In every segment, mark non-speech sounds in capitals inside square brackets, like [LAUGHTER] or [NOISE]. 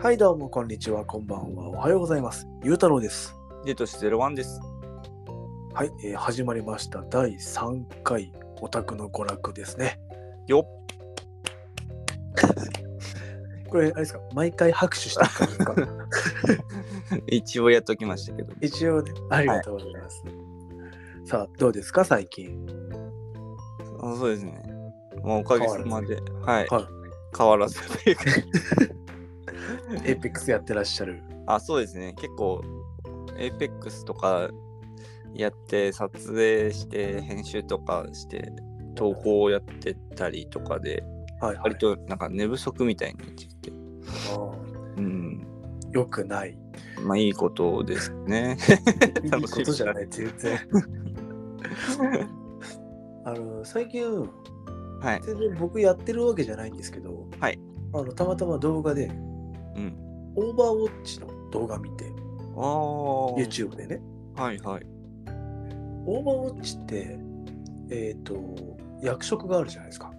はい、どうも、こんにちは、こんばんは、おはようございます。ゆうたろうです。でとし01です。 [LAUGHS] はい、えー始まりました。第3回、オタクの娯楽ですね。よっ [LAUGHS] これ、あれですか、毎回拍手してる感じ [LAUGHS] ですか一応やっときましたけど。一応ね、ありがとうございます。さあ、どうですか、最近。あそうですね。まあ、おかげさまで、はい、は変わらずというか。 [LAUGHS] エイペックスやってらっしゃる。あ、そうですね。結構、エイペックスとかやって、撮影して、編集とかして、投稿をやってたりとかで、はい、はい割。となんか寝不足みたいになってきて、あうん、ーよくない。まあいいことです [LAUGHS] ね。いい楽こしいとじゃない、全然。あの、最近、はい。全然僕やってるわけじゃないんですけど、はいあのたまたま動画で、うん。オーバーウォッチの動画見て、ああ。 YouTube でね。はいはい。オーバーウォッチって、えっ、と、役職があるじゃないですか。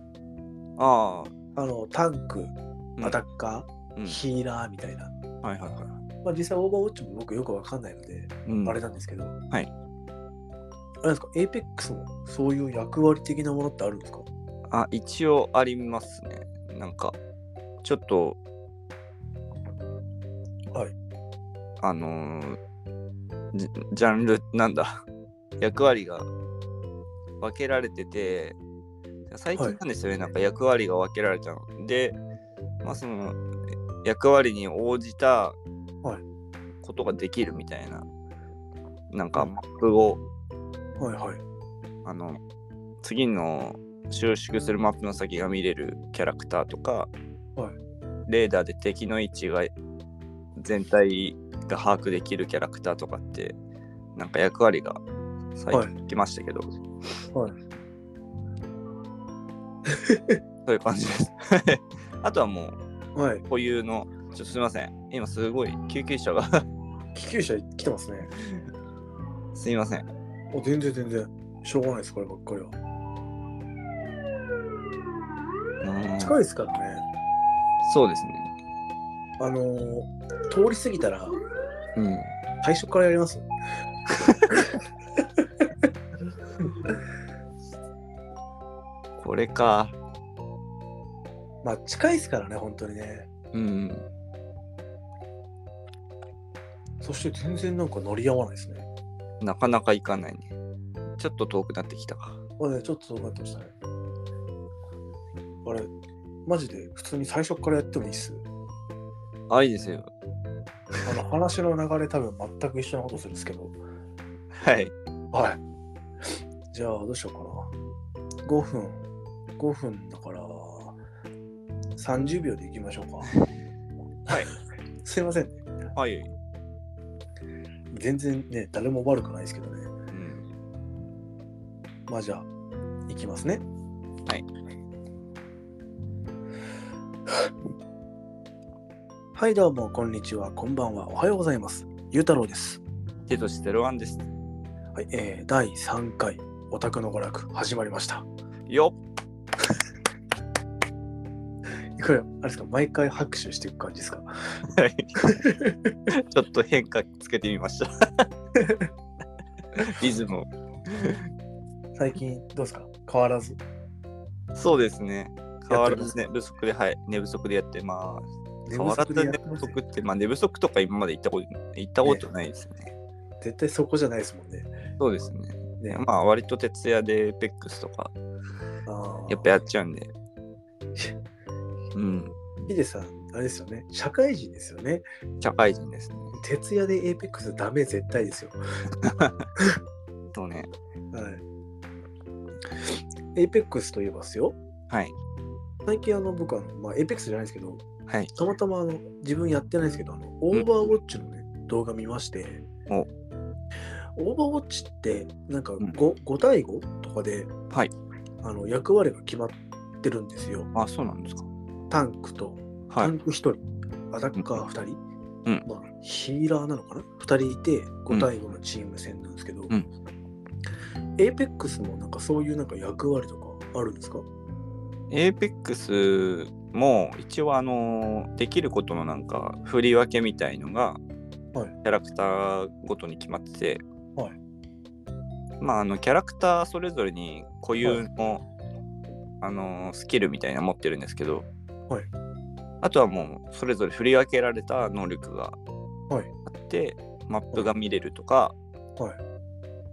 ああ。あの、タンク、うんアタッカー、うんヒーラーみたいな。はいはいはい。まあ、実際オーバーウォッチも僕よくわかんないので、うん。あれなんですけど。はいあれですか、APEX もそういう役割的なものってあるんですかあ、一応ありますね。なんか、ちょっと、はい。あのージ、ジャンル、なんだ、 [LAUGHS] 役割が分けられてて、最近なんですよね、なんか役割が分けられたの。で、まあその、役割に応じたはいことができるみたいな、なんかうんマップを、はいはい。あの次の収縮するマップの先が見れるキャラクターとか、はいレーダーで敵の位置が全体が把握できるキャラクターとかってなんか役割が最近来ましたけど、はい [LAUGHS] そういう感じです [LAUGHS] あとはもはい。う固有のちょっとすいません今すごい救急車が [LAUGHS] 気球車来てますね。すいませんお全然全然。しょうがないです、こればっかりは。うん近いですからね。そうですねあのー通り過ぎたら、うん最初からやりますこれかまあ、近いですからね、本当にね。うんそして全然なんか乗り合わないですね。なかなか行かないね。ちょっと遠くなってきたか。あれちょっとそうなってましたね。あれ、マジで普通に最初からやってもいいっす。あ、いいですよ。あの [LAUGHS] 話の流れ多分全く一緒なことするんですけど。はい。はい。じゃあどうしようかな。5分。5分だから30秒でいきましょうか。はい。 [LAUGHS] すいませんね。はい。全然ね、誰も悪くないですけどね。うん、まあじゃあ、いきますね。はい。 [LAUGHS] はい、どうも、こんにちは、こんばんは、おはようございます。ゆうたろうです。手として01です。はい、えー、第3回、オタクの娯楽、始まりました。よこれ、あれですか、毎回拍手していく感じですか。っ。はい。ちょっと変化つけてみました。 [LAUGHS] リズムを。最近、どうですか変わらず。そうですね。変わらずや寝不足で、はい。寝不足でやってます。寝変わらずでや寝ってま不すね足って、まあ寝不足とか今まで行ったこと行ったことないですね。絶対そこじゃないですもんね。そうですね。ねまあ割と徹夜でペックスとかあーやっぱやっちゃうん [LAUGHS] で。うん。ヒデさん、あれですよね、社会人ですよね。社会人ですね。徹夜でエイペックスダメ絶対ですよ。そうね。はい。エイペックスといえばですよ。はい。最近あの僕あの、まあ、エイペックスじゃないですけど、はい。たまたまあの自分やってないですけど、あのオーバーウォッチの、ね動画見まして、おオーバーウォッチってなんか 5,、うん5対5とかで、はいあの役割が決まってるんですよ。あ、そうなんですか。タンクと、はタい。ンク1人、アタッカー2人、うんまあ、ヒーラーなのかな ?2 人いて5対5のチーム戦なんですけど、うん APEX もなんかそういうなんか役割とかあるんですかエーペックスも一応あのできることのなんか振り分けみたいのが、はいキャラクターごとに決まってて、はいまああのキャラクターそれぞれに固有の、あのスキルみたいなの持ってるんですけど、はいあとはもうそれぞれ振り分けられた能力があはいって、マップが見れるとか、はい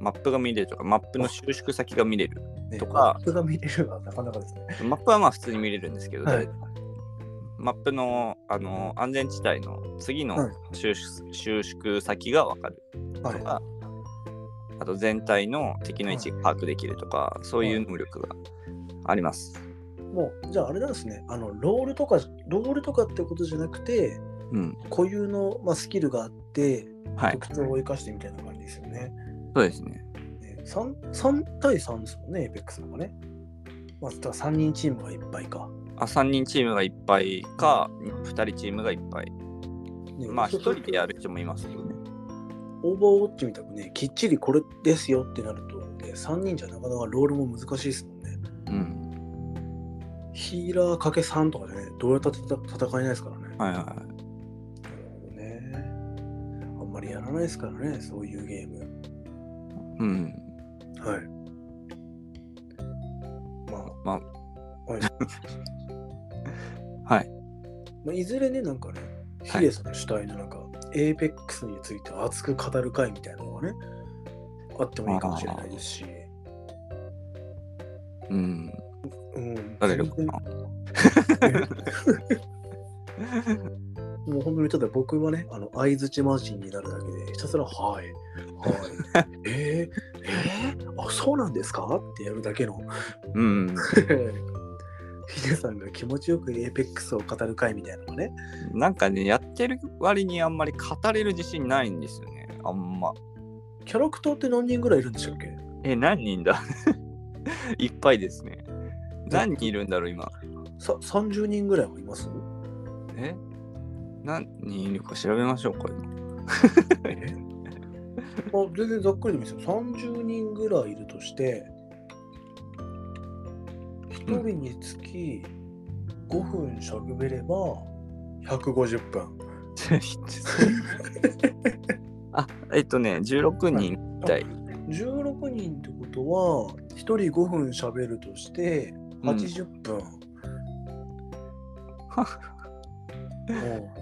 マップが見れるとかマップの収縮先が見れるねとかマップが見れるのはなかなかですね。マップはまあ普通に見れるんですけど、はいマップのあの安全地帯の次のはい収縮収縮先が分かるとはか、い。あと全体の敵の位置が把握できるとか、そういう能力があります。もう、じゃああれなんですね。あの、ロールとか、ロールとかってことじゃなくて、うん、固有の、まあ、スキルがあって、はい、特徴を生かしてみたいな感じですよね。そうですね。ね 3, 3対3ですもんね、エペックスの方がね。まあ、だから3人チームがいっぱいか。あ3人チームがいっぱいか、2人チームがいっぱい。ねまあ、1そう人でやる人もいますよね。オーバーウォッチみたくね、きっちりこれですよってなると、ね、3人じゃなかなかロールも難しいですもんね。うん。ヒーラーかけ3とかでね、どうやったって戦戦えないですからね。はいはいはい。なるほどね。あんまりやらないですからね、そういうゲーム。うん。はい。まあ、まはいあ、 [LAUGHS] はい。まあ、いずれね、なんかね、ヒデさんの主体のなんか、エーペックスについて熱く語る会みたいなのがね、あってもいいかもしれないですし。うん。うん。誰がかな全然もう本当にただ僕はね、あの、相づちマジンになるだけで、ひたすら、はい、はい、えー、えー、あ、そうなんですかってやるだけの [LAUGHS] うん。ヒデさんが気持ちよくエーペックスを語る会みたいなのがね。なんかね、やってる割にあんまり語れる自信ないんですよね。あんま。キャラクターって何人ぐらいいるんでしたっけえ、何人だ [LAUGHS] いっぱいですね。何人いるんだろう、今。さ ?30 人ぐらいもいますえ何人いるか調べましょうか。今 [LAUGHS] あ全然ざっくりでもいいですよ。30人ぐらいいるとして、1人につき5分しゃべれば150分。あ、えっとね、16人みたい。 16人ってことは、1人5分しゃべるとして80分。もう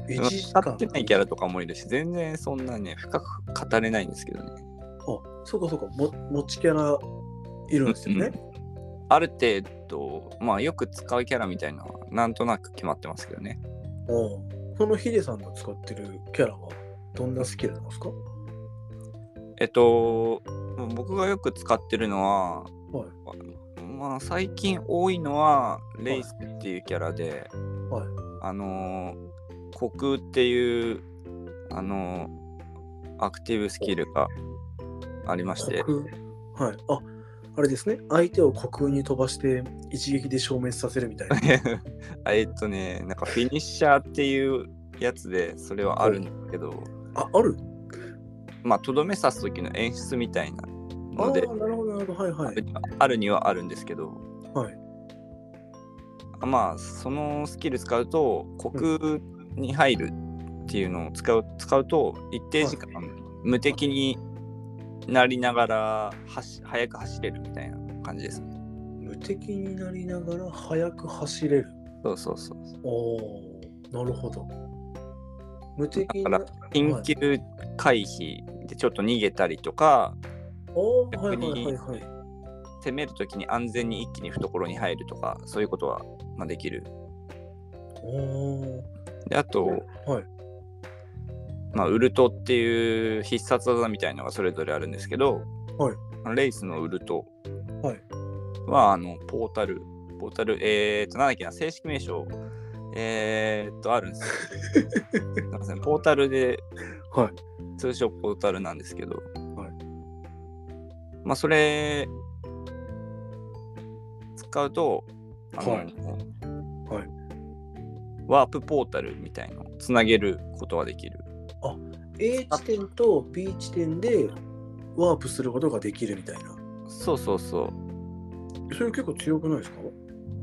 1時使間ってないキャラとかもいるし、全然そんなね、深く語れないんですけどね。あそうかそうかも持ちキャラいるんですよね、ある程度、まあよく使うキャラみたいなのは、なんとなく決まってますけどね。うんそのヒデさんが使ってるキャラはどんなスキルなんですかえっと、僕がよく使ってるのは、はいまあ、最近多いのは、レイスっていうキャラで、はいあのー、虚空っていう、あのー、アクティブスキルがありまして、虚空はいああれですね相手を虚空に飛ばして一撃で消滅させるみたいな [LAUGHS] あえっとね、なんかフィニッシャーっていうやつで、それはあるんだけど、ああるまあ、とどめ刺す時の演出みたいなああのーなでる、ほどなるほどはいはいあるにはあるんですけど、はいまあそのスキル使うと虚空に入るっていうのを使う使うと一定時間はい無敵になりながら走速く走れるみたいな感じですね。無敵になりながら速く走れるそうそうそう。おーなるほど無敵にだなか緊急回避でちょっと逃げたりとかおーはいは逆いにはいはい攻めるときに安全に一気に懐に入るとかそういうことはまあできる。おであと、ーはいまあ、ウルトっていう必殺技みたいのがそれぞれあるんですけど、はいレイスのウルトははいあのポータル、ポータル、えー、っと、なんだっけな、正式名称、えー、っと、あるんです [LAUGHS] よすいません。ポータルで、はい通称ポータルなんですけど、はいまあ、それ、使うと、あの、はいはいワープポータルみたいのをつなげることができる。 A 地点と B 地点でワープすることができるみたいな。そうそうそう。それ結構強くないですか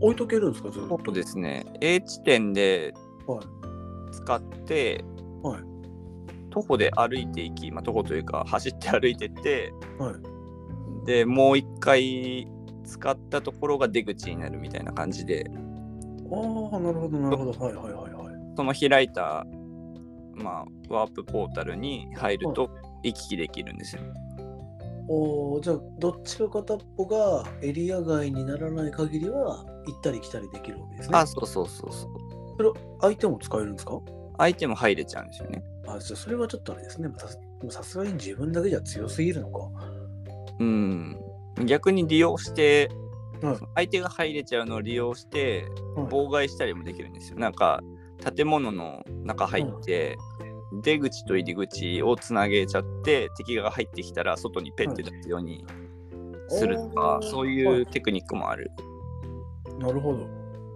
置いとけるんですか、ずっそと。うですね。A 地点ではい使って、はい徒歩で歩いていき、まあ、徒歩というか走って歩いてって、はいでもう一回使ったところが出口になるみたいな感じで、ああ、なるほど、なるほど。はいはいはいはい。その開いた、まあ、ワープポータルに入ると行き来できるんですよ。おお、じゃあ、どっちか片っぽがエリア外にならない限りは、行ったり来たりできるわけですね。あ、そうそうそうそう。それ、相手も使えるんですか相手も入れちゃうんですよね。あ、じゃあ、それはちょっとあれですね。さすでもさすがに自分だけじゃ強すぎるのか。うん。逆に利用して、はい相手が入れちゃうのを利用してはい妨害したりもできるんですよ。なんか建物の中入って、出口と入り口をつなげちゃって敵が入ってきたら外にペッて出すようにするとか、おーそうはいういテクニックもある。なるほど。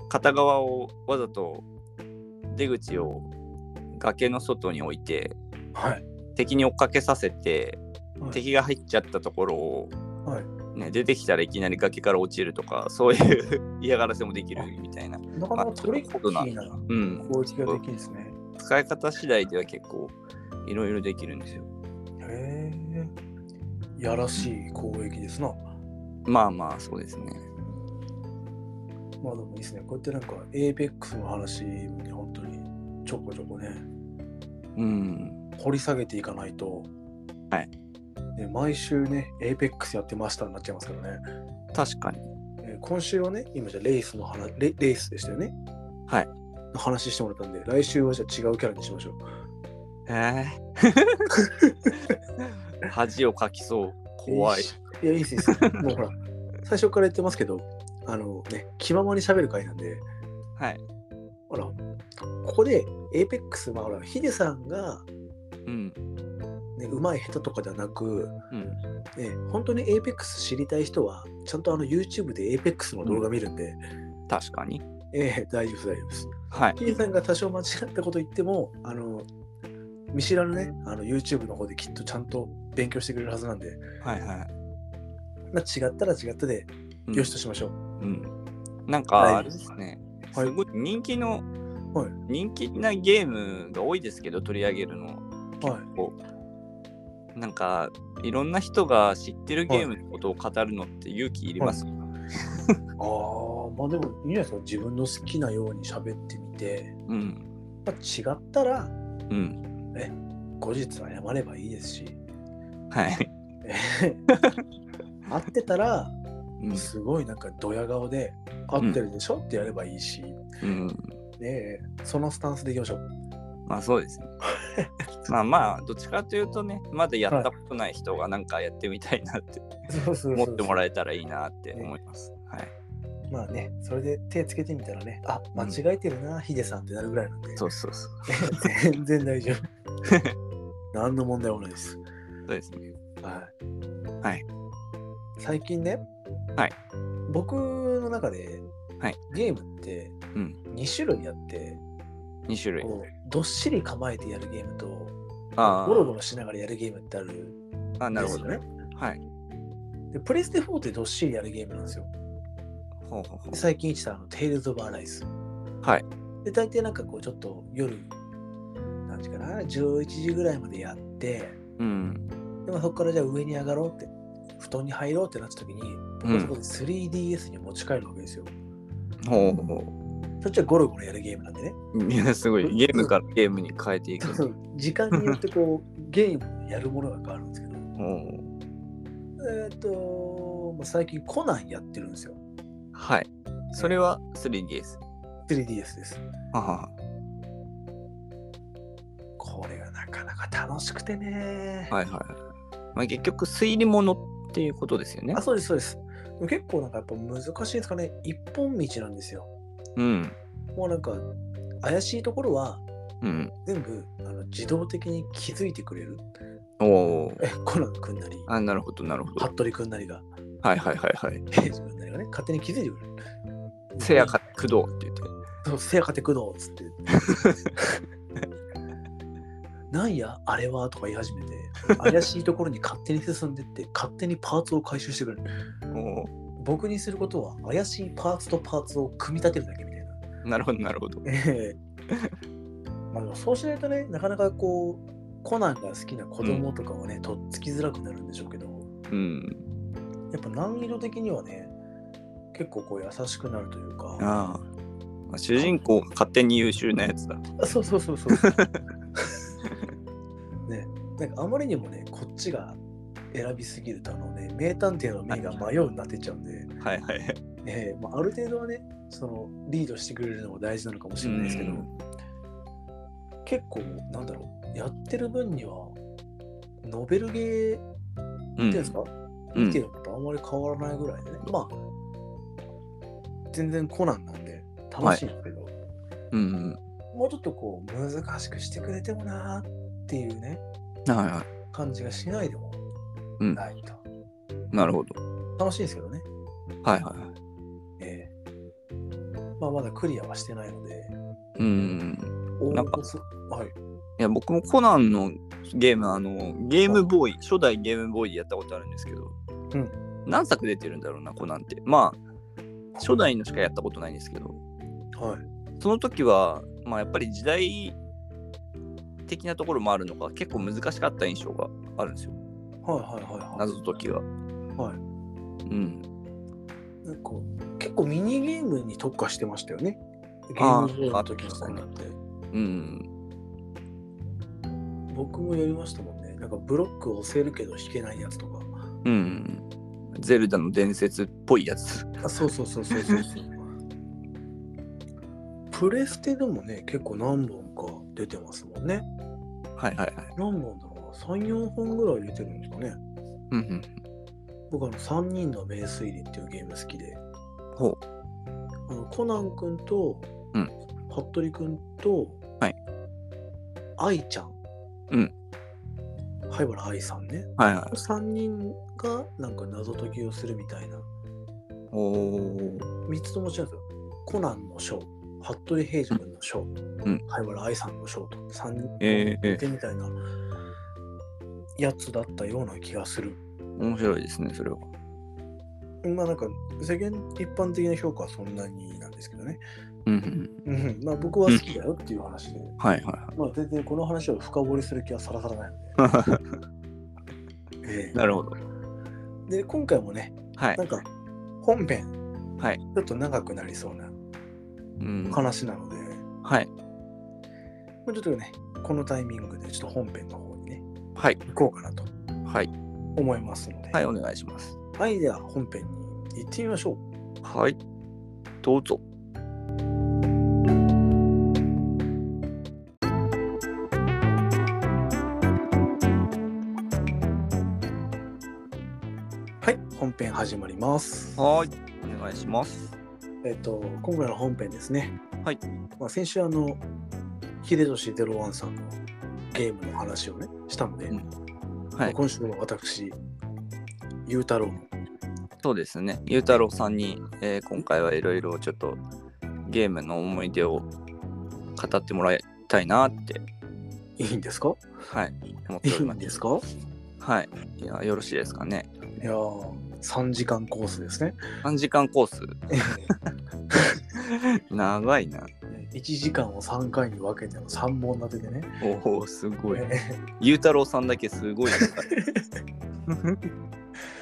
片側をわざと出口を崖の外に置いてはい。敵に追っかけさせて、はい敵が入っちゃったところを、はいね、出てきたらいきなり崖から落ちるとかそういう [LAUGHS] 嫌がらせもできるみたいな、なかなかトリッキーなうん、攻撃ができるんですね。使い方次第では結構いろいろできるんですよへえ。やらしい攻撃ですな。まあまあそうですねまあでもいいですね。こうやってなんか APEX の話もね、本当にちょこちょこね、うん掘り下げていかないと。はい。ね、毎週ね、APEX やってましたになっちゃいますからね。確かにえー今週はね、今じゃレースの話レ、レースでしたよね。はい。の話してもらったんで、来週はじゃあ違うキャラにしましょう。え [LAUGHS] え恥をかきそう怖いいいや、いいです、いいです。 [LAUGHS] もうほら、最初から言ってますけど、あのね、気ままに喋る会なんで、はいほら、ここで APEX、まあほら、ヒデさんが、うんね、うまい下手とかじゃなく、うんね、本当に APEX 知りたい人は、ちゃんとあの YouTube で APEX の動画見るんで、確かにええ大丈夫です、大丈夫です。はいヒデさんが多少間違ったこと言っても、あの、見知らぬね、あの YouTube の方できっとちゃんと勉強してくれるはずなんで、はいはいまあ、違ったら違ったで、うんよしとしましょう。うん、なはんいかあれですね、はいすごい人気の、はい人気なゲームが多いですけど取り上げるのはい。こうなんかいろんな人が知ってるゲームのことを語るのって勇気いります、ああ、まあでもいいんじゃないですか。自分の好きなように喋ってみて、うんまあ、違ったらうん後日謝ればいいです [LAUGHS] し、はい、合ってたら、うんすごいなんかドヤ顔で、合ってるでしょってやればいいし、ねうん、え、そのスタンスでいきましょう。まあそうで [LAUGHS] すねまあまあどっちかというとねまだやったことない人がなんかやってみたいなってそうそう思ってもらええたらいいなって思います、はいまあね、それで手つけてみたらね、あ間違えてるな、ヒデさんってなるぐらいなんで、そうそうそう全 [LAUGHS] 然大 [LAUGHS] 丈夫。何の問題もないです。そうですねはい。はい最近ね、はい僕の中で、はいゲームってうん2種類あって、 2種類こうどっしり構えてやるゲームと、あゴロゴロしながらやるゲームってあるんああなでるほすどよねね。はいでプレステ4ってどっしりやるゲームなんですよ。ほうほうほで最近一たあの、テイルズ・オブ・アライズ。うはいで、大抵なんかこう、ちょっと夜、何時かな、11時ぐらいまでやって、うんでもそこからじゃあ上に上がろうって、布団に入ろうってなった時に、僕はそこで 3DS に持ち帰るわけですよ。ほうほうそっちはゴロゴロやるゲームなんでね。いやすごいゲームからゲームに変えていくそう時間によってこう [LAUGHS] ゲームをやるものが変わるんですけど。ほうえっ、と、まあ、最近コナンやってるんですよ。はいそれは 3DS 3DS です。ははこれがなかなか楽しくてね。はいはい、まあ、結局推理物っていうことですよねあ、そうです、そうです。でも結構なんかやっぱ難しいですかね。一本道なんですよ。うんもうなんか怪しいところはうん全部あの自動的に気づいてくれる。おおえコナンくんなり、あなるほどなるほど服部くんなりが、はいはいはいはい平次くんなりがね、勝手に気づいてくれる。せやか工藤って言ってそうせやかてくどっつって。 [LAUGHS] なんやあれはとか言い始めて、怪しいところに勝手に進んでって、勝手にパーツを回収してくれる。お僕にすることは怪しいパーツとパーツを組み立てるだけみたいな。なるほど、なるほど。ええまあでもそうしないとね、なかなかこう、コナンが好きな子供とかはね、とっつきづらくなるんでしょうけど、うん。やっぱ難易度的にはね、結構こう優しくなるというか、ああ。主人公が勝手に優秀なやつだ。あそうそうそう [LAUGHS] そう。ね、なんかあまりにもね、こっちが選びすぎると、あのね、名探偵の目が迷うになってっちゃうんで、はいはい。ええまあ、ある程度はね、そのリードしてくれるのも大事なのかもしれないですけど、うん結構、なんだろう、やってる分には、ノベルゲーっていううんですん。か、う見てん、るのとあんまり変わらないぐらいでね、まあ、全然コナンなんで楽しいんだけど、うん。もうちょっとこう難しくしてくれてもなーっていうねうん。はいは感じがしないでもうんないと、い。なるほど。楽しいですけどね、はいはいはい。えーまあ、まだクリアはしてないのでうん。おなんかおすはいいや、僕もコナンのゲーム、あの、ゲームボーイ、初代ゲームボーイでやったことあるんですけど、うん何作出てるんだろうな、コナンって。まあ、初代のしかやったことないんですけど、はいその時は、まあ、やっぱり時代的なところもあるのか、結構難しかった印象があるんですよ、はいはいはいはい謎解きは。はいうん。なんか結構ミニゲームに特化してましたよねゲームボーイの時のコナンってうん。僕もやりましたもんねなんかブロックを押せるけど引けないやつとかうん。ゼルダの伝説っぽいやつ。あそうそうそうそうそうそう [LAUGHS] プレステでもね結構何本か出てますもんねはいはいはい。何本だろうな34本ぐらい出てるんですかねうんうん。僕あの3人の名推理っていうゲーム好きでほう。あのコナン君と、うん服部君と、はい、愛ちゃん、うん、灰原愛さんねはいはい。 3人がなんか謎解きをするみたいなおー。 3つとも違うんですよ。コナンの章、服部平次君の章、うん灰原愛さんの章と3人えーえでみたいなやつだったような気がする。面白いですね、それは。まあなんか世間一般的な評価はそんなになんですけどね。うんううん。ん、まあ僕は好きだよっていう話で、はいはまあ全然この話を深掘りする気はさらさらないのいはで。え [LAUGHS] い。なるほど。えで、今回もね、はいな。んか本編、はいちょっと長くなりそうなうん。話なので、はい。まあちょっとね、このタイミングでちょっと本編の方にね、はい。行こうかなとはい。思いますので、はい、お願いします。はい、では本編に行ってみましょう。はい。どうぞ。はい、本編始まります。はい。お願いします。えっ、と、今回の本編ですね。はい。まあ、先週、あの、秀吉ゼロワンさんのゲームの話をね、したので、うんまはあい。今週も私、ゆうたろうの、そうですね。ゆうたろうさんに、えー今回はいろいろちょっとゲームの思い出を語ってもらいたいなって、いいんですかはい、思っいておいりまんす。ですかはい。いや、よろしいですかね。いやー、3時間コース [LAUGHS] ですね。 3時間コース。長いな。 1時間を3回に分けての3本立てでね。おお、すごい。 [LAUGHS] えゆうたろうさんだけすごい [LAUGHS] 長い。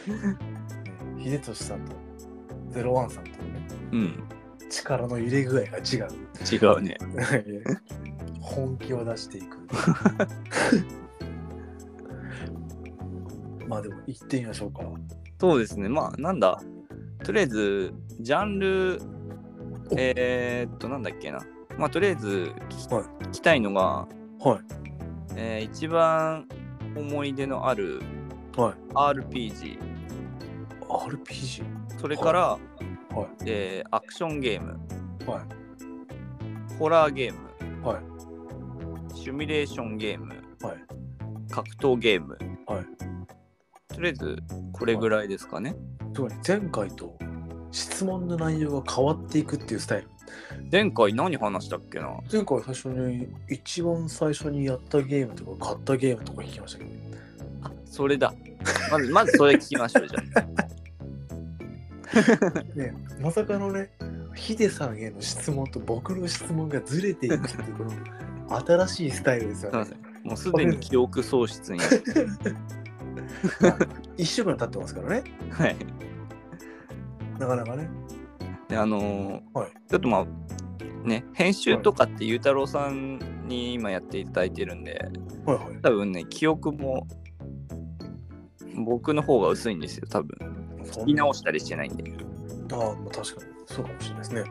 ー秀吉さんとゼロワンさんとのね、うん。力の入れ具合が違う。違うね。本気を出して [LAUGHS] いくまあでも行ってみましょうかそうですね。まあ、なんだ。とりあえず、ジャンル、えー、っと、なんだっけな。まあ、とりあえず聞き、はい聞きたいのが、はえー一番思い出のあるいはい RPG、 RPG それから、いはいえーアクションゲーム、はホラーゲーム、はいシミュレーションゲーム、はい格闘ゲーム、はいとりあえずこれぐらいですかね。つまり前回と質問の内容が変わっていくっていうスタイル前回何話したっけな前回最初に一番最初にやったゲームとか買ったゲームとか聞きましたけどそれだ。まず、まずそれ聞きましょう、じゃね、まさかのね、ヒデさんへの質問と僕の質問がずれていくっていうこの新しいスタイルですよそうねです。もうすでに記憶喪 [LAUGHS] 失に。一週間経ってますからね。はい。なかなかね。であのーはいちょっとまあね編集とかってゆうたろうさんに今やっていただいてるんではいはい。多分ね記憶も僕の方が薄いんですよ多分そ聞んき直したりしてないんでああ、まあ、確かにそうかもしれない [LAUGHS] ですね。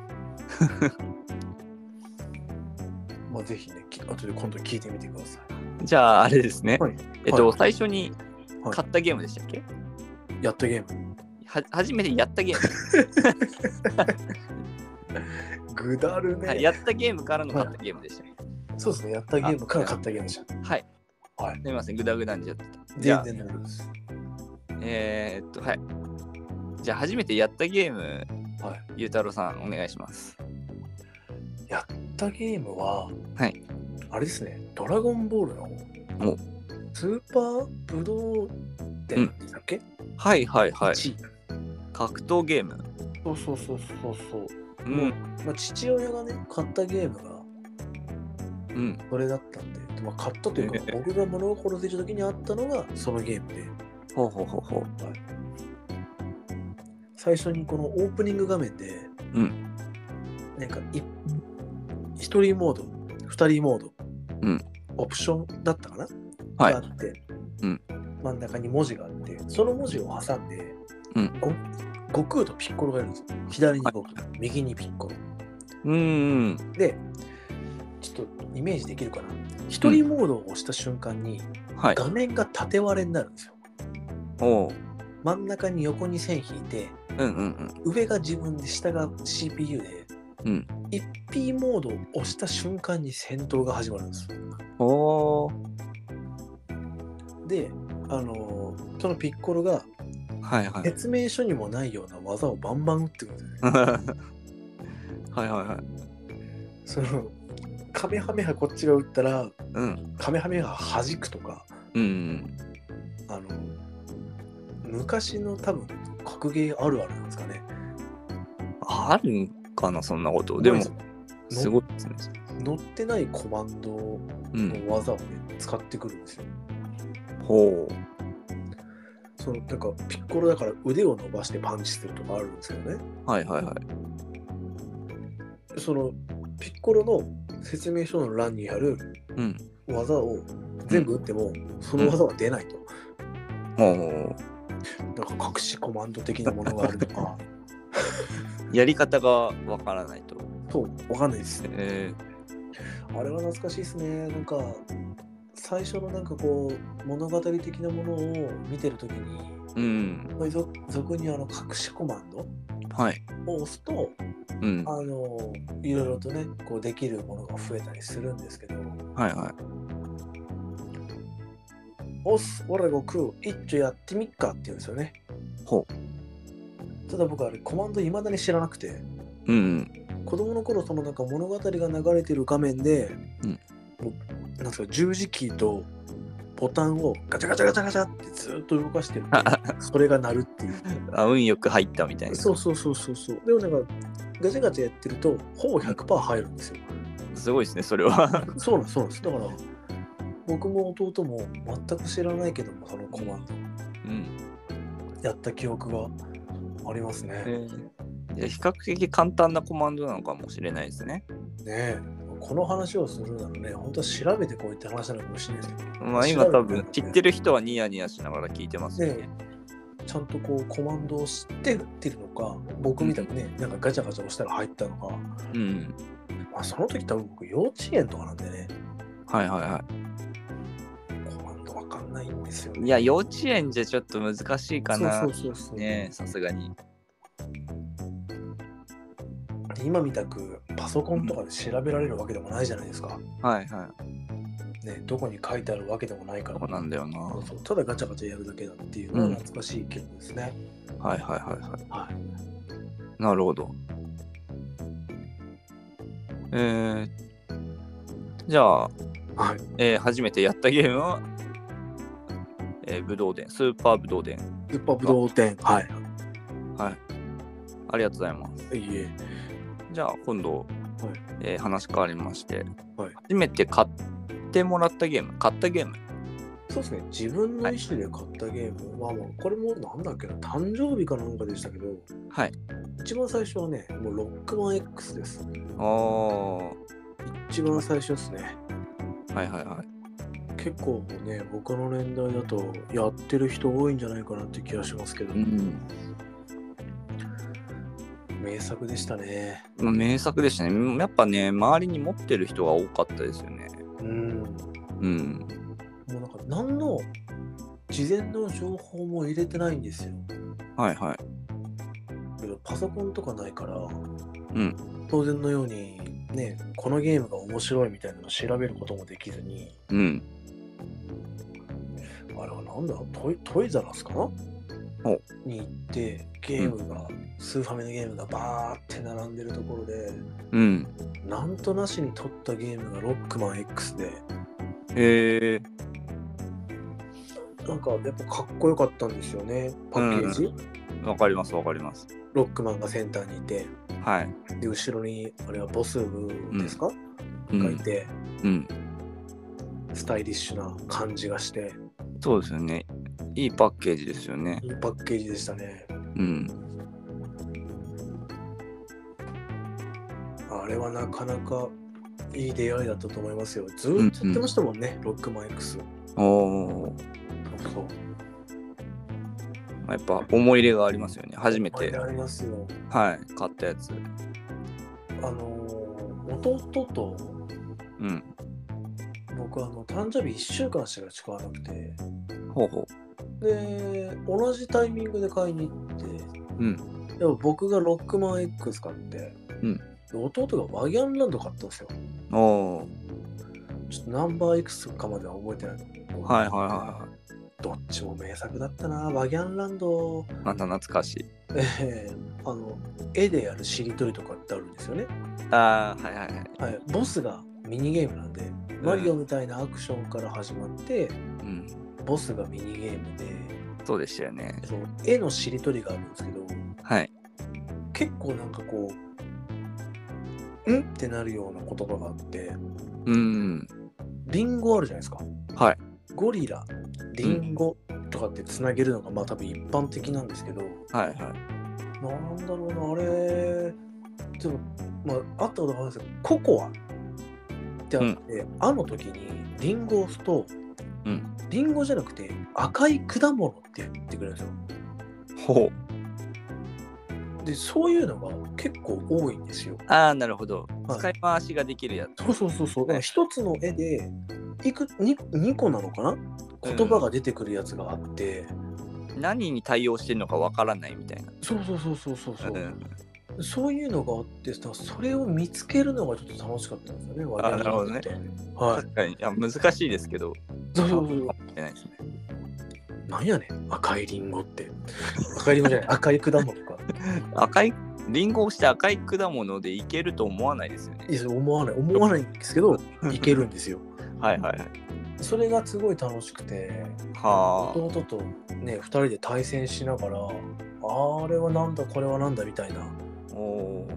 まあぜひね、き後で今度聞いてみてくださじゃああれですね、はいえっと、はい最初にはい買ったゲームでしたっけ、い。やったゲーム。は初めてやったゲーム、ぐだ [LAUGHS] るね。はいやったゲームからの買ったゲームでしたねそうですね、やったゲームから買ったゲームじゃん。はい、はいすみませんグダグダになっちゃってたじゃ全あ然大丈夫です。えーっとはいじゃあ初めてやったゲーム、はいゆうたろうさんお願いしますやったゲームは、はいあれですね、ドラゴンボールのおスーパーブドウ展でしたっけ、はいはいはい1格闘ゲームそうそうそうそうそう。う、もうんまあ、父親がね、買ったゲームがうん、それだったんで、まあ、買ったというか、ええ僕が物心ついた時にあったのがそのゲームで、ほうほうほうほう最初にこのオープニング画面で、うんなんかい1人モード、2人モード、うんオプションだったかなはいがあって、うん真ん中に文字があって、その文字を挟んで、うんご悟空とピッコロがいるんですよ。左に僕、右にピッコロ。うーんで、ちょっとイメージできるかな。1人モードを押した瞬間に、はい画面が縦割れになるんですよ。おう真ん中に横に線引いて、うんうんうん上が自分で下が CPU で、うん 1P モードを押した瞬間に戦闘が始まるんです。おおで、あのーそのピッコロがはいはい説明書にもないような技をバンバン打ってくるんですよね。はいはいはいそのカメハメハこっちが打ったらうんカメハメハ弾くとかうんうんあの昔の多分格ゲーあるあるなんですかね。あるんかなそんなことでもすごいですすごいですね乗ってないコマンドうんの技をね使ってくるんですよ。ほそのなんかピッコロだから腕を伸ばしてパンチするとかあるんですけどね。うはいはいはいそのピッコロの説明書の欄にあるうん技を全部打ってもその技は出ないと。ほうなんか隠しコマンド的なものがあるとか。やり方がわからないとそう、わかんないです。えあれは懐かしいですね。なんか、最初のなんかこう、物語的なものを見てるときに、ー、うんまあ俗俗にあの隠しコマンドはいを押すと、うんはあの、いろいろとね、こうできるものが増えたりするんですけど、いはい押す、俺悟空、一丁やってみっかって言うんですよね。ほただ僕あれ、コマンド未だに知らなくて、ううん子供の頃そのなんか物語が流れてる画面で、うんもうなんすか十字キーとボタンをガチャガチャガチャガチャってずっと動かしてるそれが鳴るっていうあ運よく入ったみたい [LAUGHS] なそうそうそうそうそうでもなんかガチャガチャやってるとほぼ100%入るんですよすごいですねそれは [LAUGHS] そうなんですそうなんですだから僕も弟も全く知らないけどもそのコマンうんドやった記憶がありますね、えーじゃあ比較的簡単なコマンドなのかもしれないですねねえこの話をするならね本当は調べてこいって話なのかもしれないですけどまあ今多分知ってる人はニヤニヤしながら聞いてますよね。ちゃんとこうコマンドを知って打ってるのか僕みたいにね、なんかガチャガチャ押したら入ったのか、うん。まあ、その時多分僕幼稚園とかなんでねはいはいはコマンドわかんないんですよい。ねいや、幼稚園じゃちょっと難しいかな。そうそうそうそう、ねさすがに。で今みたくパソコンとかで調べられるわけでもないじゃないですか、はいはね、どこに書いてあるわけでもないかい。らそうなんだよな。そはうそうただガチャガチャやるだけだっていうのうんが懐かしい記憶ですね、いはいはいはい。はいなるほど。えー、じゃあ、はい、えー初めてやったゲームは、えー、武道伝、スーパー武道伝。スーパーブドウ展はいはい。ありがとうございます。いいえ。じゃあ今度、えー話変わりまして、はい初めて買ってもらったゲーム、買ったゲーム。そうですね、自分の意思で買ったゲームは、まあこれもなんだっけな、誕生日かなんかでしたけど、はい。一番最初はね、もうロックマン X です。ああ、は一番最初ですね。いはいはい。結構もうね、僕の年代だとやってる人多いんじゃないかなって気がしますけど、うん、名作でしたね。まあ名作でしたね。やっぱね、周りに持ってる人が多かったですよね。うん。もうん。うなんか何の事前の情報も入れてないんですよ。はいはい。パソコンとかないから、ん当然のようにねこのゲームが面白いみたいなのを調べることもできずにうん。あれはなんだトイトイザラスかなおに行ってゲームが、スーファミのゲームがバーって並んでるところでうん。なんとなしに撮ったゲームがロックマン X でへえ。なんかやっぱかっこよかったんですよねパッケージ、わかりますわかります。ロックマンがセンターにいてはい。で後ろにあれはボスですか、うがいん。てうん、スタイリッシュな感じがしてそうですよね。いいパッケージですよね。いいパッケージでしたね。うん。あれはなかなかいい出会いだったと思いますよ。ずーっとやってましたもんね、ロックマン X を。おお。そう。やっぱ思い入れがありますよね。初めこれてで。ありますよ。はい。買ったやつ。あのー弟とうん。僕あの誕生日1週間しか違わなくて、ほうほで、同じタイミングで買いに行って、う。うん。でも僕がロックマン X 買って、うんで弟がワギャンランド買ったんですよ。おお。ちょっとナンバーいくつかまでは覚えてないのはいはいはいはい。どっちも名作だったな。ワギャンランドまた懐かしい。ええあの絵でやるしりとりとかってあるんですよね、ああ、はいはいはい。はい、ボスがミニゲームなんで、マリオみたいなアクションから始まってうん。ボスがミニゲームでそうでしたよね。その絵のしりとりがあるんですけどはい。結構なんかこう「ん?」ってなるような言葉があってうん。リンゴあるじゃないですかはいゴリラリンゴとかってつなげるのがまあ多分一般的なんですけど、はいはい。なんだろうな、あれ、ちょっと、まあ、あったことがあるんですけど、ココアってあって、あの時にリンゴを押すと、うんリンゴじゃなくて赤い果物って言ってくれるんですよ。ほう。で、そういうのが結構多いんですよ。ああ、なるほど。はい使い回しができるやつ。そうそうそうそう。だから一つの絵でいく 2, 2個なのかな言葉が出てくるやつがあって、何に対応してるのかわからないみたいな。そうそうそうそうそうそうう、ん。そういうのがあって、だからそれを見つけるのがちょっと楽しかったんですよね、我々にとってはい。確かに。いや、難しいですけど。そうそうそう。かもしれないですね。なんやねん赤いリンゴって赤いリンゴじゃない赤い果物とか赤い、リンゴをして赤い果物でいけると思わないですよね。いやそう思わない思わないんですけどいけるんですよ [LAUGHS] はいはいはい。それがすごい楽しくてはあ。弟とね2人で対戦しながらあれはなんだこれはなんだみたいなおお。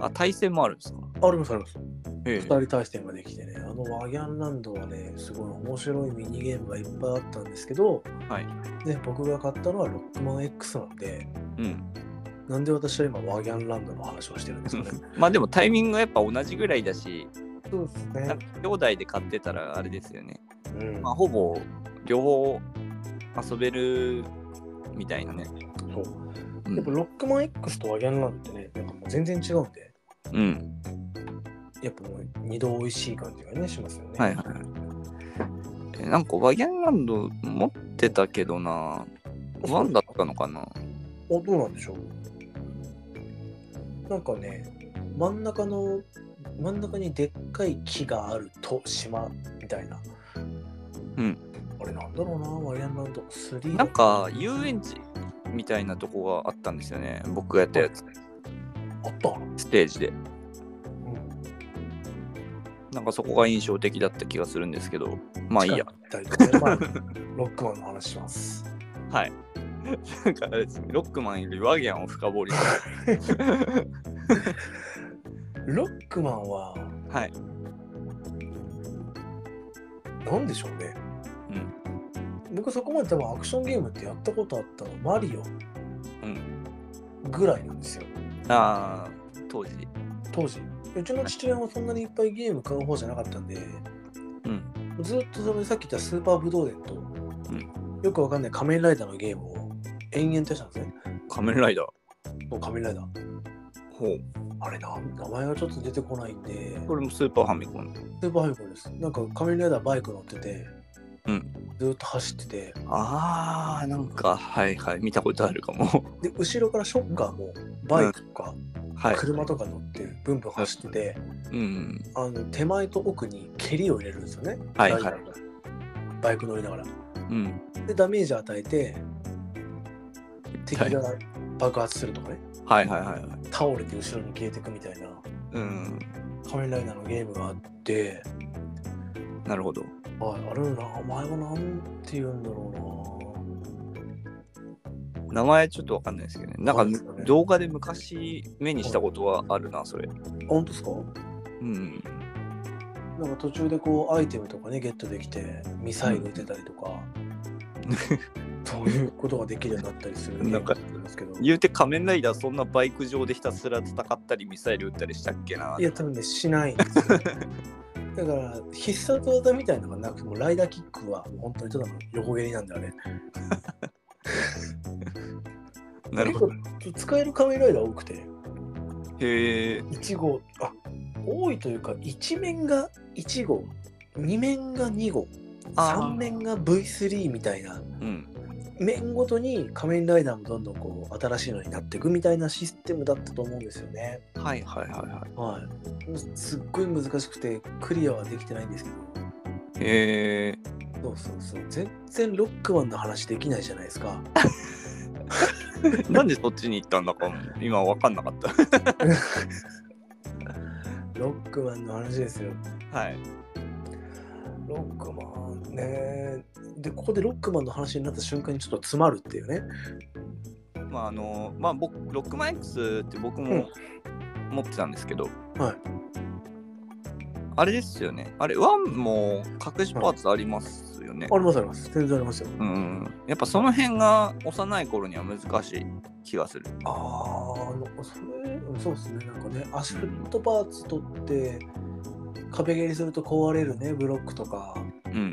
あ、対戦もあるんですかありますありますえ2人対戦ができてねあのワギャンランドはねすごい面白いミニゲームがいっぱいあったんですけど、はいね、僕が買ったのはロックマン X なんでうん。なんで私は今ワギャンランドの話をしてるんですかねまあでもタイミングがやっぱ同じぐらいだし、そうですなねんか兄弟で買ってたらあれですよね。うんまあ、ほぼ両方遊べるみたいなね。そううんやっぱロックマン X とワギャンランドってね、なんかもう全然違うんで、うん。やっぱもう二度美味しい感じがね、しますよね。はいはいはい。えなんかワギャンランド持ってたけどな。ワンだったのかなお、どうなんでしょうなんかね、真ん中の、真ん中にでっかい木があると島みたいな。うん。あれなんだろうな、ワギャンランド。3なんか遊園地みたいなとこがあったんですよね。僕がやったやつ。あったかな、ステージで。うん、なんかそこが印象的だった気がするんですけど。まあいいや。近くに行ったりとかねまあロックマンの話します。はい。なんかあれですね、ロックマンよりワギャンを深掘り。ロックマンははい。何でしょうね。うん。僕そこまで多分アクションゲームってやったことあったのマリオうんぐらいなんですよ。ああ、当時。当時。うちの父親もそんなにいっぱいゲーム買う方じゃなかったんで、うん。ずっとそのさっき言ったスーパーブドウ伝と、よくわかんない仮面ライダーのゲームを延々としたんですね。仮面ライダー。もう仮面ライダー。ほう。あれな、名前がちょっと出てこないんで、これもスーパーファミコン。スーパーハイボールです。なんか仮面ライダーバイク乗ってて、うんずっと走ってて、ああ、なんか、はいはい、見たことある [LAUGHS] かも。で、後ろからショッカーもバイクとかはい。車とか乗って、ブンブン走ってて、うん。あの手前と奥に蹴りを入れるんですよね。はいライダはーがバイク乗りながら。うん。で、ダメージ与えて、敵が爆発するとかね、はいはいはいはい。倒れて後ろに消えていくみたいなうん。仮面ライダーのゲームがあって、なるほど。はい、あるな、お前はなんて言うんだろうな。名前ちょっとわかんないですけどね。なんか、そうですよね動画で昔目にしたことはあるな、それ。あ本当ですかうん。なんか途中でこうアイテムとかねゲットできてミサイル撃てたりとか、そういうことができるようになったりするゲーム [LAUGHS] なんかなんですけどい言うて仮面ライダーそんなバイク上でひたすら戦ったりミサイル撃ったりしたっけな。や多分ねしないんですよだから必殺技みたいなのがなくてもライダーキックはもう本当にただの横蹴りなんだよねなるほど。結構使える仮面ライダー多くてへえ。 1号あ多いというか1面が1号2面が2号あー3面が V3 みたいなうん。面ごとに仮面ライダーもどんどんこう新しいのになっていくみたいなシステムだったと思うんですよね。はいはいはいははい。すっごい難しくてクリアはできてないんですけど。い。へえ。そうそうそう。全然ロックマンの話できないじゃないですか。 [LAUGHS] なんでそっちに行ったんだかも今わかんなかった。 [LAUGHS] ロックマンの話ですよ。はい。ロックマンね。で、ここでロックマンの話になった瞬間にちょっと詰まるっていうね。まああのまあ僕ロックマン X って僕も持ってたんですけど、はいあれですよねあれワンも隠しパーツありますよね、ありますあります。全然ありますよ。うんやっぱその辺が幼い頃には難しい気がするああ、なんかそれ、うんそうですね。なんかね、足フットパーツ取って、壁蹴りすると壊れるね、ブロックとか、うん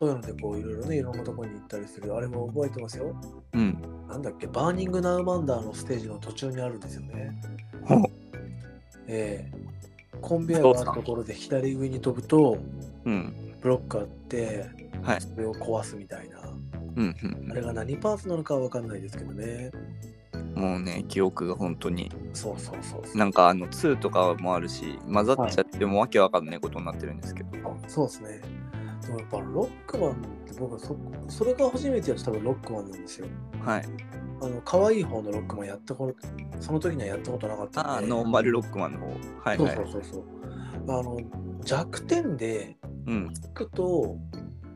そういうのでこういろいろね、いろんなとこに行ったりする。あれも覚えてますよ。うんうんなんだっけ、バーニングナウマンダーのステージの途中にあるんですよね。ほうええコンベヤーがあるところで左上に飛ぶと、うんブロックあって、はいそれを壊すみたいな。うんあれが何パーツなのかは分かんないですけどね。うんもうね記憶が本当にそうそうそうそう。なんかあの2とかもあるし混ざっちゃってもうわけわかんないことになってるんですけど、そうですね。でもやっぱロックマンって僕はそそれが初めてやった多分ロックマンなんですよ。はいあの可愛い方のロックマンやったことその時にはやったことなかったあんで。ノーマルロックマンの方はいそうはいそうそうそう。あの弱点でうんつくと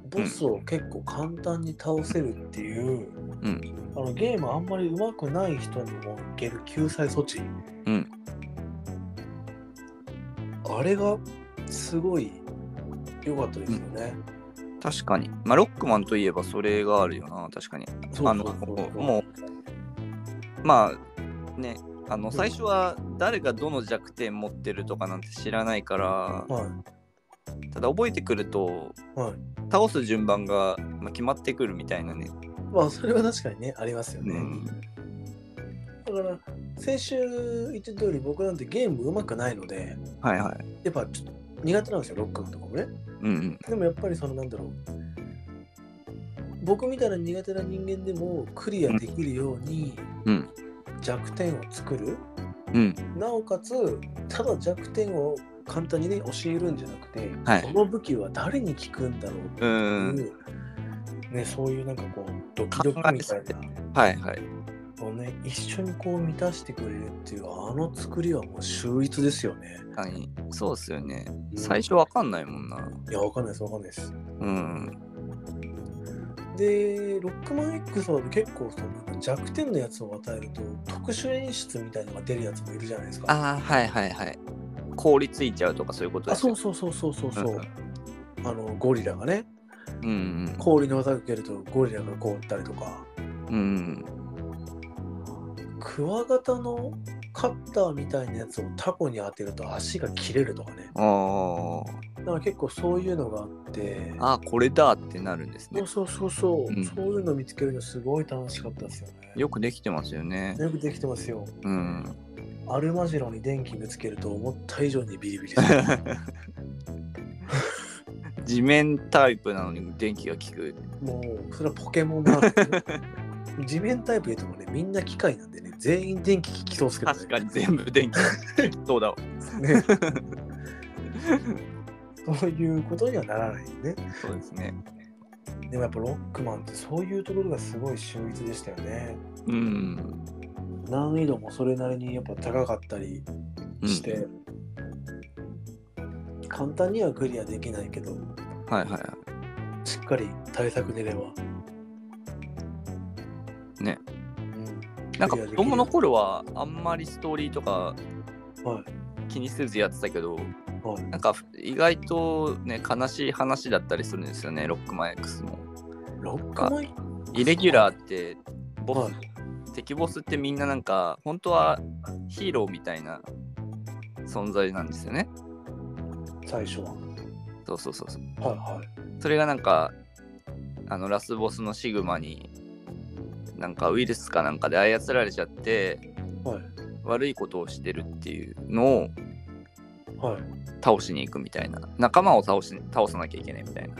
ボスを結構簡単に倒せるっていう、うんあのゲームあんまり上手くない人にもいける救済措置、うんあれがすごい良かったですよね。確かに。まあ、ロックマンといえばそれがあるよな、確かに。そうあの、もう、まあ、ね、あの、最初は誰がどの弱点持ってるとかなんて知らないから、はいただ覚えてくると、はい倒す順番がまあ決まってくるみたいなね。まあそれは確かにねありますよね、うんだから先週言った通り僕なんてゲーム上手くないのではいはい。やっぱちょっと苦手なんですよロックマンとかもねうんでもやっぱりそのなんだろう僕みたいな苦手な人間でもクリアできるようにうん弱点を作る、うん。うん。なおかつただ弱点を簡単にね教えるんじゃなくて、はいこの武器は誰に効くんだろうってういん。う、ね、そういうなんかこうドキドキみたいなはいはい。をね一緒にこう満たしてくれるっていうあの作りはもう秀逸ですよね。確かに。そうっすよね。うん最初わかんないもんな。いやわかんないですわかんないです。うん。で、ロックマン X は結構その弱点のやつを与えると特殊演出みたいなのが出るやつもいるじゃないですか。ああ、はいはいはい。凍りついちゃうとかそういうことあですそようそうそうそうそうそううん。あのゴリラがねうん氷の技を受けるとゴリラが凍ったりとかうん。うんクワガタのカッターみたいなやつをタコに当てると足が切れるとかねうん。ああ。だから結構そういうのがあってああ、これだってなるんですねそう。そうそうそう、うんそういうの見つけるのすごい楽しかったですよねよくできてますよね。よくできてますようん。アルマジロに電気ぶつけると思った以上にビリビリする [LAUGHS] 地面タイプなのに電気が効く。もうそれはポケモンなんですね地面タイプでもねみんな機械なんでね全員電気効きそうですけど、ね、確かに全部電気。そうだわ。 [LAUGHS] ね、そういうことにはならないよね。そうですね。でもやっぱロックマンってそういうところがすごい秀逸でしたよね。うん。難易度もそれなりにやっぱ高かったりうんして、簡単にはクリアできないけど、はいはいはしっかり対策練れば。ねうん。い。なクリアんか子できる供の頃はあんまりストーリーとかはい気にせずやってたけど、はいなんか意外とね、悲しい話だったりするんですよね、ロックマン X も。ロックマンイレギュラーって、ボス、はい敵ボスってみんななんか、本当はヒーローみたいな存在なんですよね。最初は。そうそうそうそう。はいはい。それがなんか、あのラスボスのシグマに、なんかウイルスかなんかで操られちゃって、はい悪いことをしてるっていうのをはい。倒しに行くみたいな。仲間を倒し倒さなきゃいけないみたいな。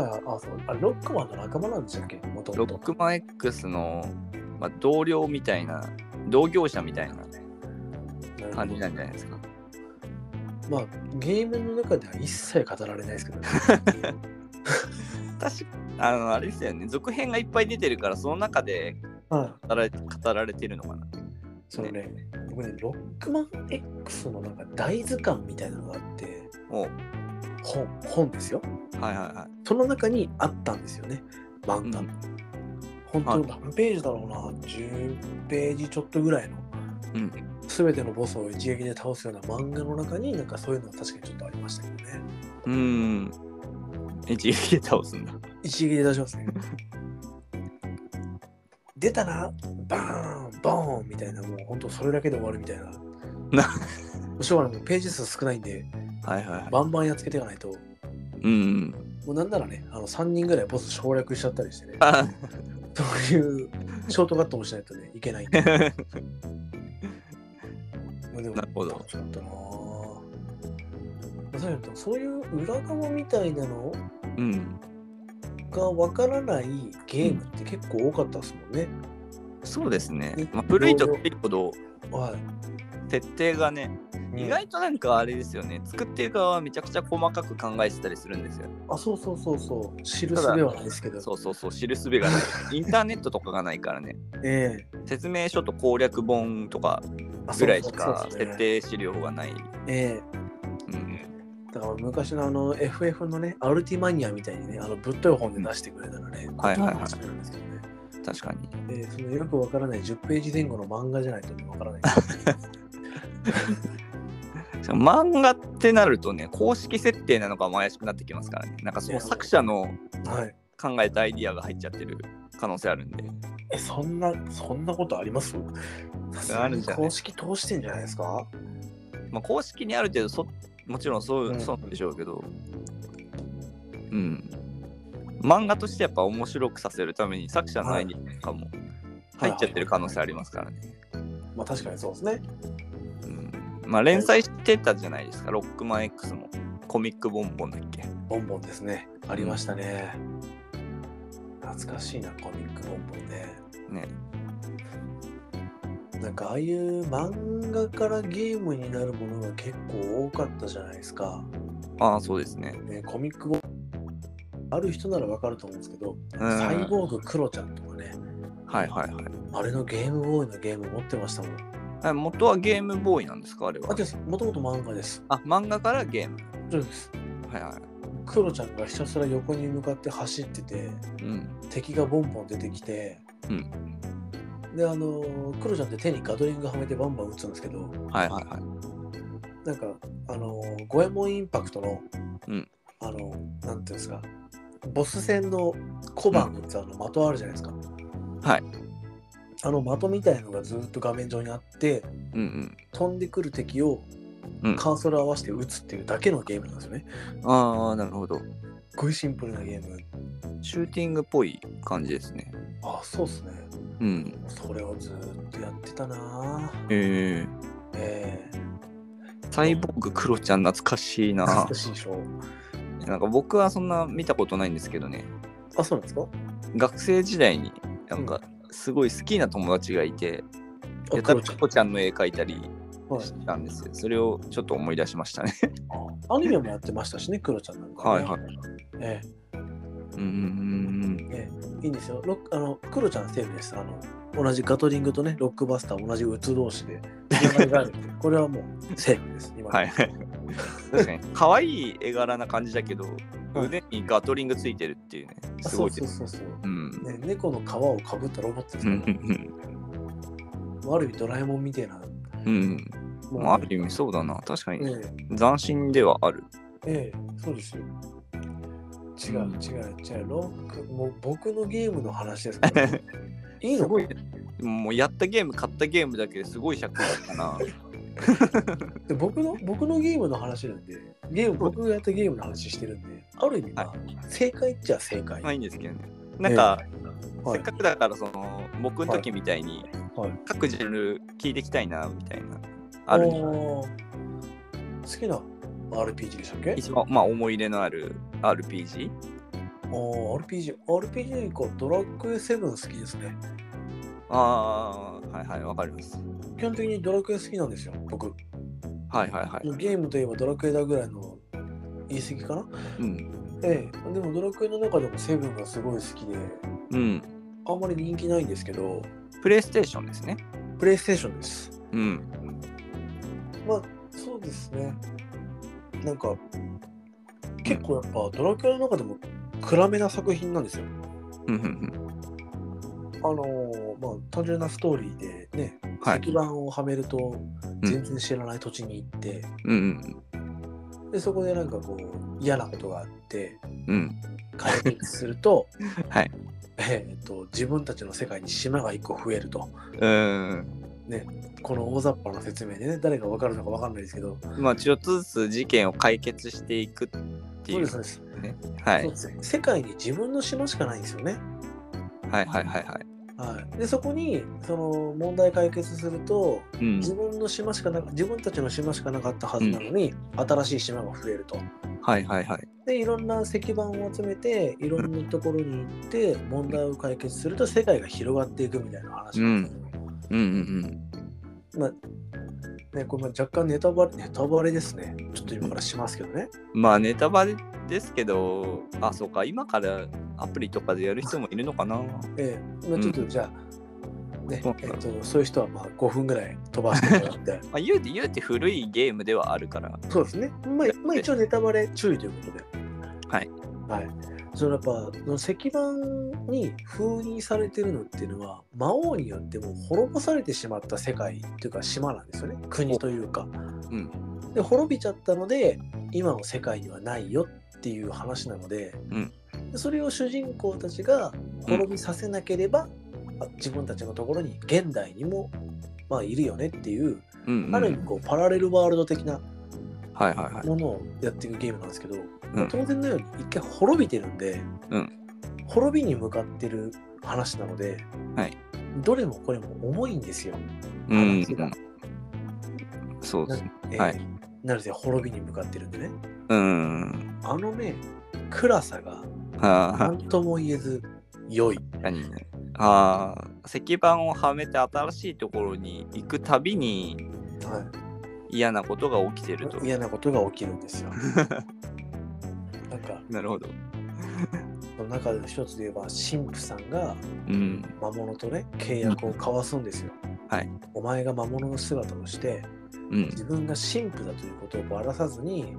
はいはい、あ、そう。あ、ロックマンの仲間なんでしたっけもとロもとッ。クマン X の、まあ、同僚みたいな、同業者みたいななるほど感じなんじゃないですか。まあゲームの中では一切語られないです [LAUGHS] けどね。確かあの、あれですよね。続編がいっぱい出てるから、その中では語られ語られてるのかな。い。そのね、僕ね、ロックマン X のなんか大図鑑みたいなのがあって、お本、本ですよ。はいはいはい。その中にあったんですよね、漫画。うん本当に何ページだろうな、10ページちょっとぐらいの。うん。全てのボスを一撃で倒すような漫画の中になんかそういうのが確かにちょっとありましたけどね。うーん。一撃で倒すんだ。一撃で出し [LAUGHS] ますね。出たな、バーン、ボーンみたいな、もう本当それだけで終わるみたいな。なしょうがない、もうページ数少ないんで、はいはいはい。バンバンやっつけていかないと、もうん。うなんならね、あの3人ぐらいボス省略しちゃったりしてね、あそういうショートカットもしないとね、いけ [LAUGHS] ないんで。まあでもなるほど楽しかったなぁまあそういうのとそういう裏側みたいなのうん。がわからないゲームって結構多かったですもんね。そうですねね。まあ、古いと古いほどはい。設定がね、意外となんかあれですよね。作ってる側はめちゃくちゃ細かく考えてたりするんですよ。あ、そうそうそうそう。知るすべはないですけど。そうそうそう、知るすべが [LAUGHS] ない。インターネットとかがないからね。ええ説明書と攻略本とかあそぐうらいしそかうそう設定資料がない。えうん。えだから昔のあの FF のね、アルティマニアみたいにね、あのぶっとい本で出してくれたらね、はいはいはいこっちの話なんですけどね確かに。ええそのよくわからない10ページ前後の漫画じゃないとねわ [LAUGHS] からない。しかも漫画ってなるとね、公式設定なのかも怪しくなってきますからね。なんかその作者のはい。考えたアイディアが入っちゃってる可能性あるんで。え、そんな、そんなことあります [LAUGHS] さすがあるにんじゃない公式通してんじゃないですかまあ、公式にある程度そ、もちろんそううんそうなんでしょうけど、うん。漫画としてやっぱ面白くさせるために作者のアイディアとかも入っちゃってる可能性ありますからね。まあ確かにそうですね。うんまあ連載してたじゃないですか、ロックマン X も。コミックボンボンだっけ。ボンボンですね。ありましたね。懐かしいな、コミックボンボンね。ね。なんかああいう漫画からゲームになるものが結構多かったじゃないですか。ああ、そうですね。ねコミックボンある人ならわかると思うんですけど、うん。サイはいボーグクロちゃんとかね、はいはい。あれのゲームボーイのゲーム持ってましたもん。あ元はゲームボーイなんですかあれあ、は。です。もともと漫画です。あ、漫画からゲーム。そうです。はいはい。クロちゃんがひたすら横に向かって走っててうん。敵がボンボン出てきて、うんであのクロちゃんって手にガトリングはめてバンバン撃つんですけどはいはいはい。なんかあの五右衛門インパクトの、うんあのなんていうんですかボス戦の小判のあの的あるじゃないですか、はいあの的みたいのがずっと画面上にあってうん飛んでくる敵をうんカーソル合わせて撃つっていうだけのゲームなんですよね、うん。ああ、なるほど。すごいシンプルなゲームシューティングっぽい感じですね。あそうっすねうん。それをずーっとやってたなぁええええサイボーグクロちゃん懐かしいな懐か。しいでしょなんか僕はそんな見たことないんですけどね。あそうなんですか学生時代になんかすごい好きな友達がいて、あやクたロらちゃんチョコちゃんの絵描いたりはいしたんですよ。それをちょっと思い出しましたね。 [LAUGHS] アニメもやってましたしねクロちゃんなんか、ね、はいはい。えうんうんえええいいんですよロックあのクロちゃんセーフですあの同じガトリングとねロックバスター同じ鬱同士で [LAUGHS] 繋がりがあるこれはもうセーフです今うん。のはい。確かに [LAUGHS] 可愛い絵柄な感じだけど、腕にガトリングついてるっていうね。あすそごういでそうす。そうそううん。ね、猫の皮をかぶったロボットですうから、ん悪いドラえもんみたいなうんうん。もまあある意味そうだな。確かえにえ斬新ではある。ええ、そうですよ。違ううん違う違う。ロック、もう僕のゲームの話です [LAUGHS] から。いいのすごい。もうやったゲーム、買ったゲームだけですごい尺だっ [LAUGHS] たな。で僕の僕のゲームの話なんで、ゲーム、僕がやったゲームの話してるんで、ある意味、まあは正解っちゃ正解。まあはいいんですけどね。なんか、はせいっかくだからその僕の時みたいにはい各ジャンル聞いていきたいなみたいなあるんじゃないおー好きな RPG でしたっけ一番まあ思い入れのある RPG おー RPG、RPG かドラクエ7好きですね。ああはいはいわかります基本的にドラクエ好きなんですよ、僕。はいはいはいもうゲームといえばドラクエだぐらいの言い過ぎかなうんええ、でもドラクエの中でもセブンがすごい好きで、うんあんまり人気ないんですけど、プレイステーションですねプレイステーションです。うんまあ、そうですね。なんか、結構やっぱドラクエの中でも暗めな作品なんですよ。うんうんあのーまあ、単純なストーリーでね、はい石板をはめると全然知らない土地に行って、うんうんで、そこでなんかこう、嫌なことがあって、うん解決すると、 [LAUGHS] はいえーっと、自分たちの世界に島が一個増えると。うんこの大雑把な説明でね誰が分かるのか分かんないですけどまあちょっとずつ事件を解決していくってそういでうすそうです、ねはそいうです世界に自分の島しかないんですよね、はいはいはいははい、でそこにその問題解決するというん自分の島しかな自分たちの島しかなかったはずなのに、新しい島が増えるとはいはいはいでいろんな石板を集めていろんなところに行って問題を解決すると世界が広がっていくみたいな話なんですよ、うんうんまあね、これまあ若干ネタバレネタバレですねちょっと今からしますけどねうんまあネタバレですけどあそうか今からアプリとかでやる人もいるのかなええ、まあ、ちょっとうんじゃあ、ねそうえっなのと、そういう人はまあ5分ぐらい飛ばしてもらって、まあ、言うて言うて古いゲームではあるから。そうですね、まあ、まあ一応ネタバレ注意ということで、はい。はい、そのやっぱその石板に封印されてるのっていうのは、魔王によってもう滅ぼされてしまった世界というか、島なんですよね、国というか。うん。で、滅びちゃったので、今の世界にはないよっていう話なので、うんでそれを主人公たちが滅びさせなければ、あ自分たちのところに現代にも、まあ、いるよねっていう、うん、うん。ある意味こうパラレルワールド的なはいはいはい。ものをやっていくゲームなんですけど、うん当然のように一回滅びてるんで、うん滅びに向かってる話なので、はいどれもこれも重いんですよ。う話がん。そうですね。えーはいなので滅びに向かってるんでねうん。あのね暗さがあ何とも言えず良い。あ、確かにね。ああ、石板をはめて新しいところに行くたびにはい嫌なことが起きてると。嫌なことが起きるん [LAUGHS] ですよ。なんかなるほど。その中で一つで言えば神父さんがうん。魔物とね契約を交わすんですよ。はいお前が魔物の姿をしてうん。自分が神父だということをばらさずに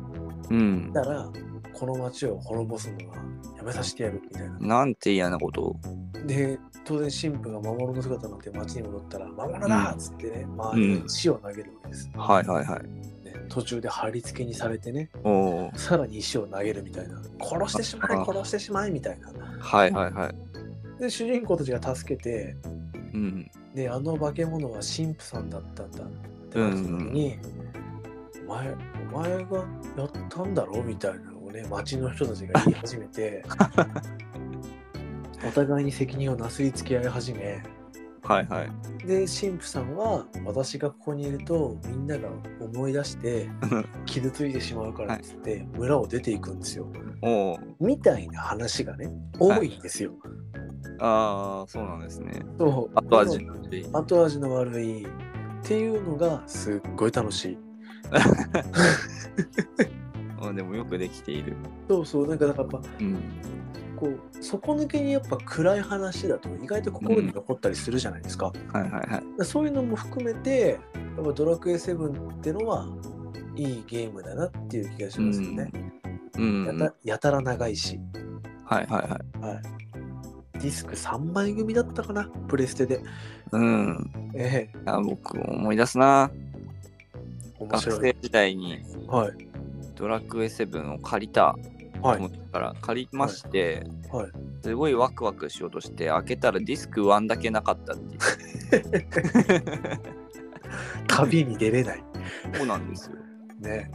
うんい。たらこの町を滅ぼすのはやめさせてやるみたいな。なんて嫌なことを。で当然神父が守るの姿になって町に戻ったら「守るな!」っつってね、周りに石を投げるわけです、はいはいはい。ね途中で貼り付けにされてねおおー。さらに石を投げるみたいな殺してしまあえ殺してしまえみたいなはいはいはい。で主人公たちが助けてうん。であの化け物は神父さんだったんだってなった時に、お前お前がやったんだろみたいなのをね町の人たちが言い始め [LAUGHS] てお互いに責任をなすりつけ合い始めはいはい。で神父さんは私がここにいるとみんなが思い出 [LAUGHS] して傷ついてしまうからっつって村を出ていくんですよ、おお。みたいな話がね多いんですよ。ああ、そうなんですね。そう後味の悪い。後味の悪いっていうのがすっごい楽しい。あでもよくできている。そうそうなんかなんかやっぱうん。こう底抜けにやっぱ暗い話だと意外と心に残ったりするじゃないですか。はいはいはい。そういうのも含めてやっぱドラクエ7ってのはいいゲームだなっていう気がしますよね。うん。やはいたやたら長いし、はいはい。はい、ディスク3枚組だったかなプレステで。うん。ええあ僕思い出すな。面学白い。生時代にはいドラクエ7を借りたはと思いったから借りまして、 [LAUGHS] はい。すごいワクワクしようとして開けたらディスク1だけなかったっていう。旅に出れない。そうなんですよ。 [LAUGHS] ね。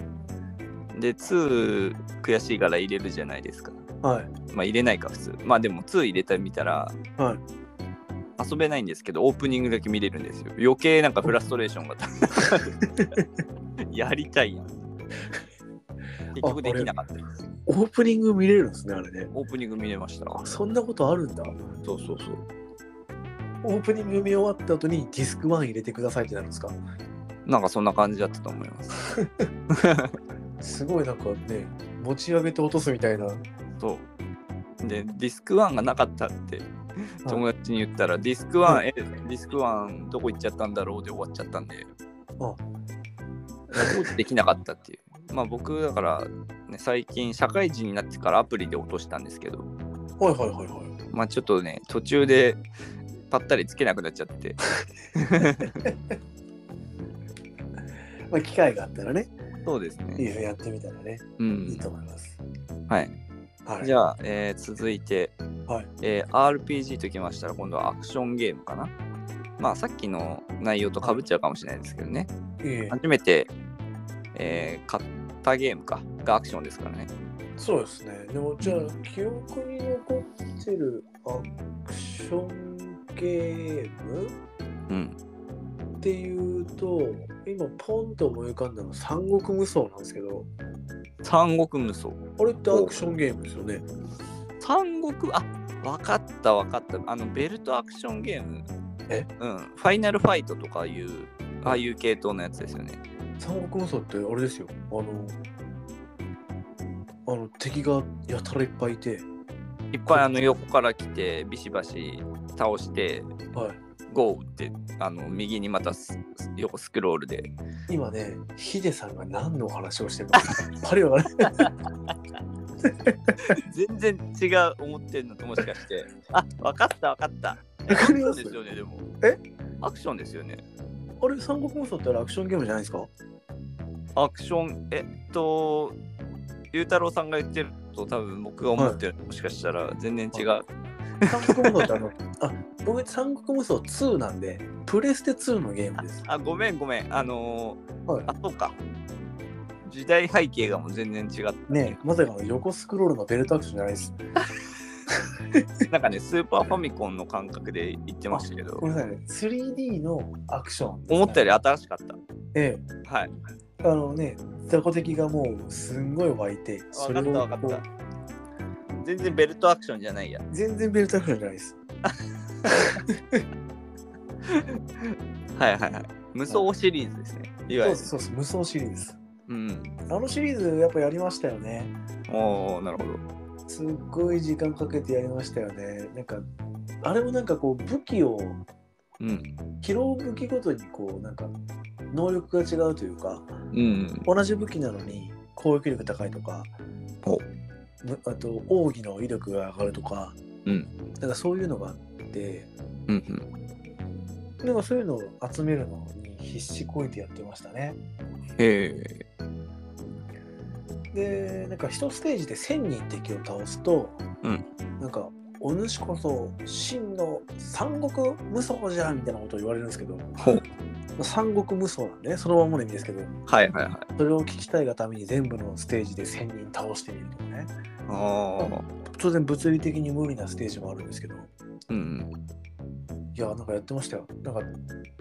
で、2悔しいから入れるじゃないですか。はいまあ入れないか普通。まあでも2入れてみたらはい。遊べないんですけどオープニングだけ見れるんですよ。余計なんかフラストレーションがたやりた [LAUGHS] いやん。結局できなかったです。オープニング見れるんですね、あれね。オープニング見れました。あそんなことあるんだ。そうそうそう。オープニング見終わった後にディスク1入れてくださいってなるんですかなんかそんな感じだったと思います。すごいなんかね、持ち上げて落とすみたいな。そう。で、ディスク1がなかったって友達に言ったら、ディスク1、はえ、ディスク1どこ行っちゃったんだろうで終わっちゃったんで、あできなかったっていう。まあ僕だから、ね、最近社会人になってからアプリで落としたんですけど、はいはいはいはい。まあちょっとね、途中でぱったりつけなくなっちゃって、まあ、機会があったらね、そうですいいね。ですねやってみたらね、ういいん。と思います。はい。はい。じゃあ、えー続いて、はいえー RPG ときましたら今度はアクションゲームかな。まあさっきの内容とかぶっちゃうかもしれないですけどね。ええ初めて、えー買ったゲームかがアクションですからね。そうですね。でも、じゃあ、記憶に残ってるアクションゲームうん。っていうと、今、ポンと思い浮かんだの、三国無双なんですけど、三国無双。あれってアクションゲームですよね。三国、あわかったわかった。あのベルトアクションゲーム。えうん。ファイナルファイトとかいう、ああいう系統のやつですよね。三国無双ってあれですよあのあの敵がやたらいっぱいいていっぱいあの横から来て、ビシバシ倒して、はいゴーってあの右にまたすす横スクロールで今ねヒデさんが何のお話をしてるかやっ [LAUGHS] ぱりわからない全然違う思ってんのともしかして [LAUGHS] あわかったわかったわかりそまうすですよねでもえアクションですよねあれ三国無双ってあれアクションゲームじゃないですかアクションえっとゆうたろうさんが言ってると多分僕が思ってる、もしかしたら全然違う三国無双ってあのあ僕三国無双2なんでプレステ2のゲームですあごめんごめんあのーはいあそうか時代背景がもう全然違ってねえまさかの横スクロールのベルトアクションじゃないですな [LAUGHS] んかねスーパーファミコンの感覚で言ってましたけどごめんなさいね 3D のアクションですね、思ったより新しかっえたはいえあのね雑魚敵がもうすんごい湧いてわかったわかっこうた。全然ベルトアクションじゃないや。全然ベルトアクションじゃないですはいはいはい。無双シリーズですね。いわそうゆでる。すそうです無双シリーズですうん。あのシリーズやっぱやりましたよねおおなるほど。すっごい時間かけてやりましたよねなんかあれもなんかこう武器をうん。拾う武器ごとにこうなんか能力が違うというかうん。同じ武器なのに攻撃力高いとかおむあと奥義の威力が上がるとか、うんなんかそういうのがあって、うんうんなんかそういうのを集めるのに必死こいてやってましたね。へで、えなんか一ステージで1000人敵を倒すと、うんなんか、お主こそ真の三国無双じゃみたいなことを言われるんですけど、ほう三国無双なんでね、そのまんまの意味ですけど、はいはいはいそれを聞きたいがために全部のステージで1000人倒してみるとかね、ああ当然物理的に無理なステージもあるんですけど、うんいや、なんかやってましたよ。なんか、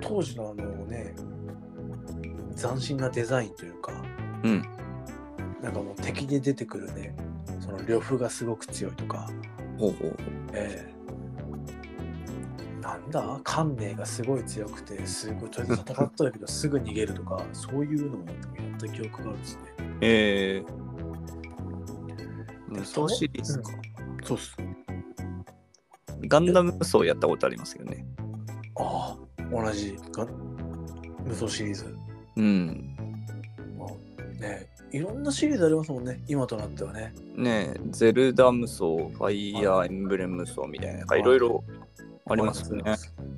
当時のあのね、斬新なデザインというか、うんなんかもう敵で出てくるね、その呂布がすごく強いとか、ほうほうほええなんだ観明がすごい強くて、すごい、とりあえず戦ったんだ [LAUGHS] けど、すぐ逃げるとか、そういうのをやった記憶があるんですね。うへえで無双シリーズか、そうっす。ガンダム無双やったことありますけどねああ、同じか、無双シリーズ。うんまあ、ねいろんなシリーズありますもんね、今となってはね。ねえゼルダ無双ファイアーエンブレム無双みたいななんかいろいろありますよね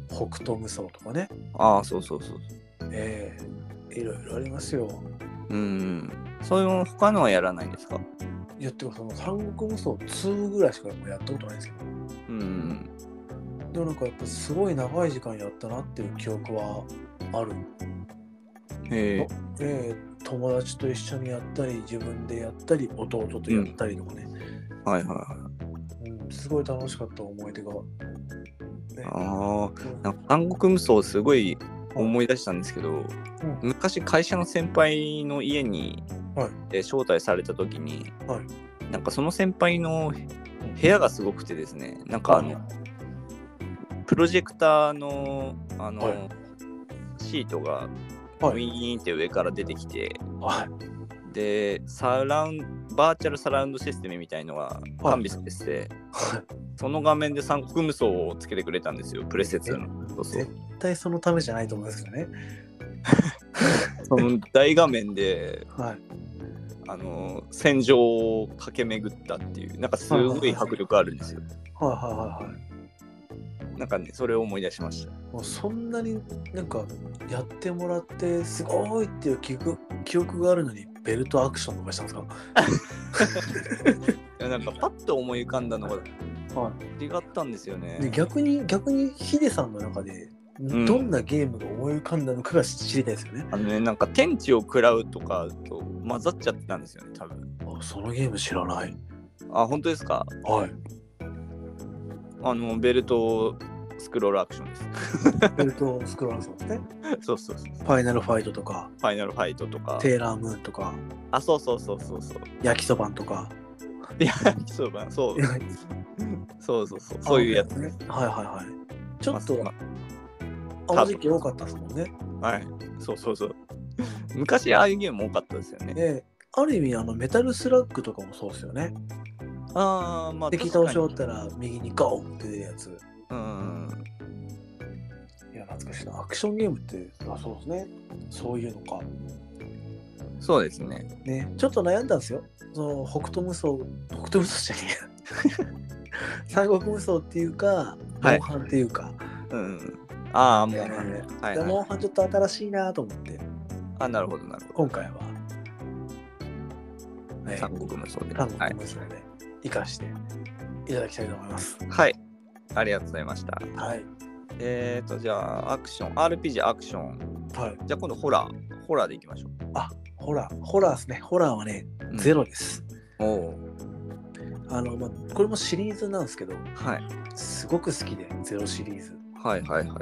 北斗無双とかね、ああそうそうそうええいろいろありますよ。うんそういう他のはやらないんですかいや、ってかその三国無双2ぐらいしかもうやったことないんですけうんど、でもなんかやっぱすごい長い時間やったなっていう記憶はある。へえええ友達と一緒にやったり、自分でやったり、弟とやったりとかね、はいはいはいうんすごい楽しかった思い出が。ねああなんか三国無双すごい思い出したんですけど、うん昔会社の先輩の家に、はいで招待された時に、はなんかその先輩の部屋がすごくてですねなんかあの、プロジェクターのあの、はいシートがウはいィーンって上から出てきて、はい、でサラウンバーチャルサラウンドシステムみたいのが完備されてて、はいその画面で三国無双をつけてくれたんですよプレセツのそうそう絶対そのためじゃないと思うんですけどね。その大画面ではい、あの戦場を駆け巡ったっていうなんかすごい迫力あるんですよはい、はい、はい、はい。なんかねそれを思い出しましたもうそんなになんかやってもらってすごいっていう記憶記憶があるのにベルトアクションとかしたんですかいやなんかパッと思い浮かんだのがは違ったんですよねで逆に逆にヒデさんの中でんどんなゲームが思い浮かんだのかが知りたいですよね、あのねなんか天地を食らうとかと混ざっちゃってたんですよね多分あそのゲーム知らないあ本当ですかはいあのベルトスクロールアクションです [LAUGHS] ベルトスクロールさんですねそうそうそうファイナルファイトとかファイナルファイトとかテーラームーンとかあそうそうそうそうそう焼きそばんとかいやそうかそうそうそうそう [LAUGHS] そういうやつねはいはいはいちょっとまあの時期多かったですもんねあはいそうそうそう [LAUGHS] 昔ああいうゲーム多かったですよねである意味あのメタルスラッグとかもそうですよねああまあ敵確倒かしに終わったら右にゴーって出るやつうんいや懐かしいなアクションゲームってあそうですねそういうのかそうですねねちょっと悩んだんですよその北斗無双北斗無双じゃねえや [LAUGHS] 三国無双っていうかモはいンハンっていうか、うんああもう、えはいーはいでモンハンちょっと新しいなと思ってあなるほどなるほ今回は、どね三国無双で三は国い、無双で生かしていただきたいと思いますはい、ありがとうございましたはいえっ、ー、とじゃあアクション RPG アクションはいじゃあ今度ホラーホラーでいきましょホラーホラーですねホラーはねう、ゼロです、ロおうあの、まあ、これもシリーズなんですけどはいすごく好きでゼロシリーズはいはいはい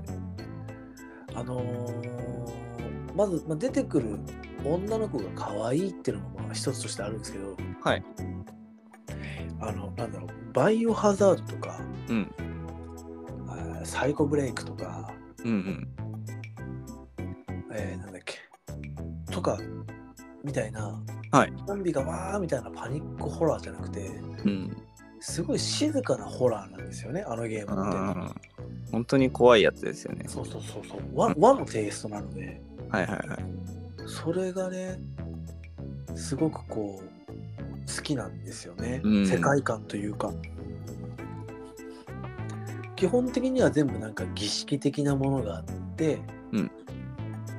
あのーまず、まあ、出てくる女の子が可愛いっていうのもまあ一つとしてあるんですけど、はいあのなんだろうバイオハザードとか、うんあーサイコブレイクとか、うんうんえーなんだっけとかみたいな、はいゾンビがわーみたいなパニックホラーじゃなくてうんすごい静かなホラーなんですよねあのゲームって。あー本当に怖いやつですよねそうそうそうそう和和のテイストなので。はいはいはいそれがねすごくこう好きなんですよね、うん世界観というか基本的には全部なんか儀式的なものがあって、うん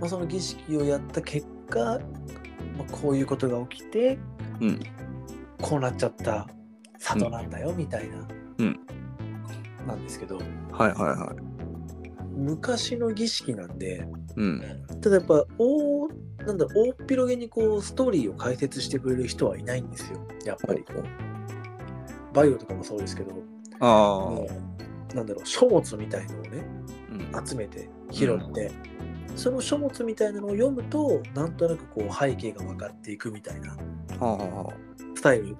まあ、その儀式をやった結果、まあ、こういうことが起きて、うんこうなっちゃった里なんだよみたいな、うんなんですけどはいはいはい。昔の儀式なんでうん。ただやっぱ大なんだろう大っ広げにこうストーリーを解説してくれる人はいないんですよやっぱりこうバイオとかもそうですけどああ。もうなんだろう書物みたいのをねうん集めて拾って、その書物みたいなのを読むとなんとなくこう背景が分かっていくみたいなはあはあはスタイル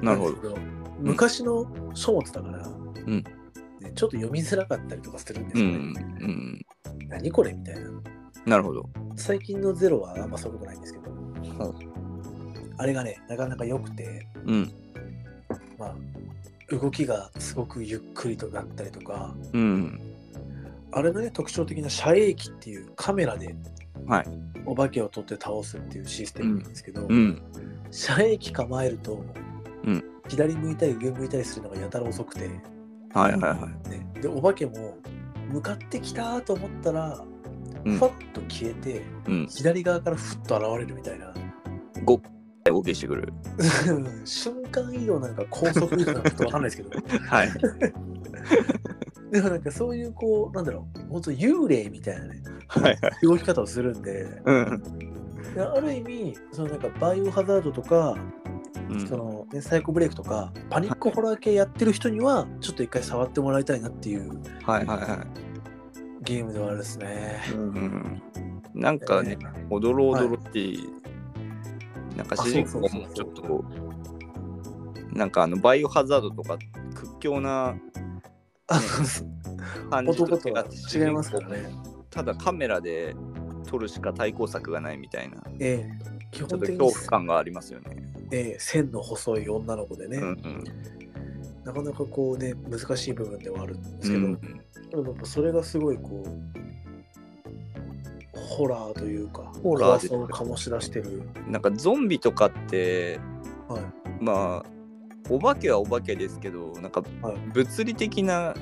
あなるほどんで。すけ昔の書物だから、んね、ちょっと読みづらかったりとかするんですうんよね、うん。何これみたいななるほど。最近のゼロはあんまそういうことないんですけど、はあれがねなかなか良くて、うんまあ、動きがすごくゆっくりとなったりとかうん。あれのね特徴的な遮影機っていうカメラで、はいお化けを取って倒すっていうシステムなんですけど、うん。遮影機構えると、うん左向いたり上向いたりするのがやたら遅くて、はいはいはい。ね、でお化けも向かってきたと思ったら、うんふわっと消えてうん。左側からふっと現れるみたいな。 5回オーケーしてくる。うん瞬間移動なんか高速移動なんかちょっとわかんないですけど [LAUGHS] はい。でもなんかそういうこうなんだろう本当幽霊みたいなねはいはい。動き方をするんでうん。である意味そのなんかバイオハザードとか、うんそのねサイコブレイクとかパニックホラー系やってる人にはちょっと一回触ってもらいたいなっていうはいはいはい。ゲームではあるですね。うん。なんかね、おどろおどろってい、なんか主人公もちょっと、なんかあの、バイオハザードとか屈強なあの感じ男とと違はって違いますからね。ただカメラで撮るしか対抗策がないみたいな、ええ基ちょ本っと的恐に怖、感がありますよね。ええ線の細い女の子でね、うんうん。なかなかこうね難しい部分ではあるんですけうど、んでもやっぱそれがすごいこうホラーというかホラーです怖さを醸し出してる、なんかゾンビとかって、はい、まあ、お化けはお化けですけど、なんかはい物理的な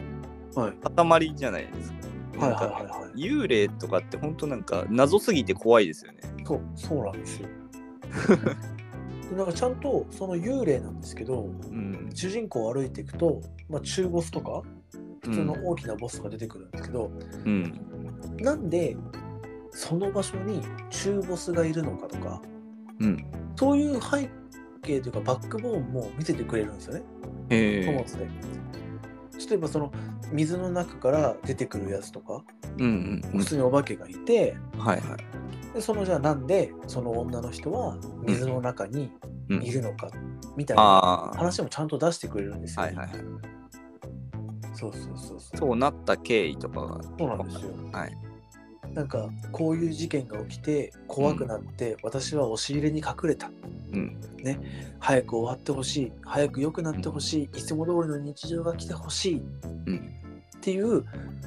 はい塊じゃないですか。はいなんかはいはいはい幽霊とかって本当なんか謎すぎて怖いですよね。そうそうなんですよ [LAUGHS] でなんかちゃんとその幽霊なんですけどうん。主人公を歩いていくと、まあ、中ボスとかう普通のん大きなボスが出てくるんですけど、うん。なんでその場所に中ボスがいるのかとかうん。そういう背景というかバックボーンも見せてくれるんですよねへ貨物え。で。例えばその水の中から出てくるやつとかうんうん普通にお化けがいて、うん。はいはい。でそのじゃあなんでその女の人は水の中にうんいるのかみたいなああ。話もちゃんと出してくれるんですよ。はいはいはい。そうそうそうそうそうなった経緯とかが。そうなんですよ。はい。なんかこういう事件が起きて怖くなって、私は押し入れに隠れたうん。早く終わってほしい早く良くなってほしい、いつも通りの日常が来てほしい、んっていう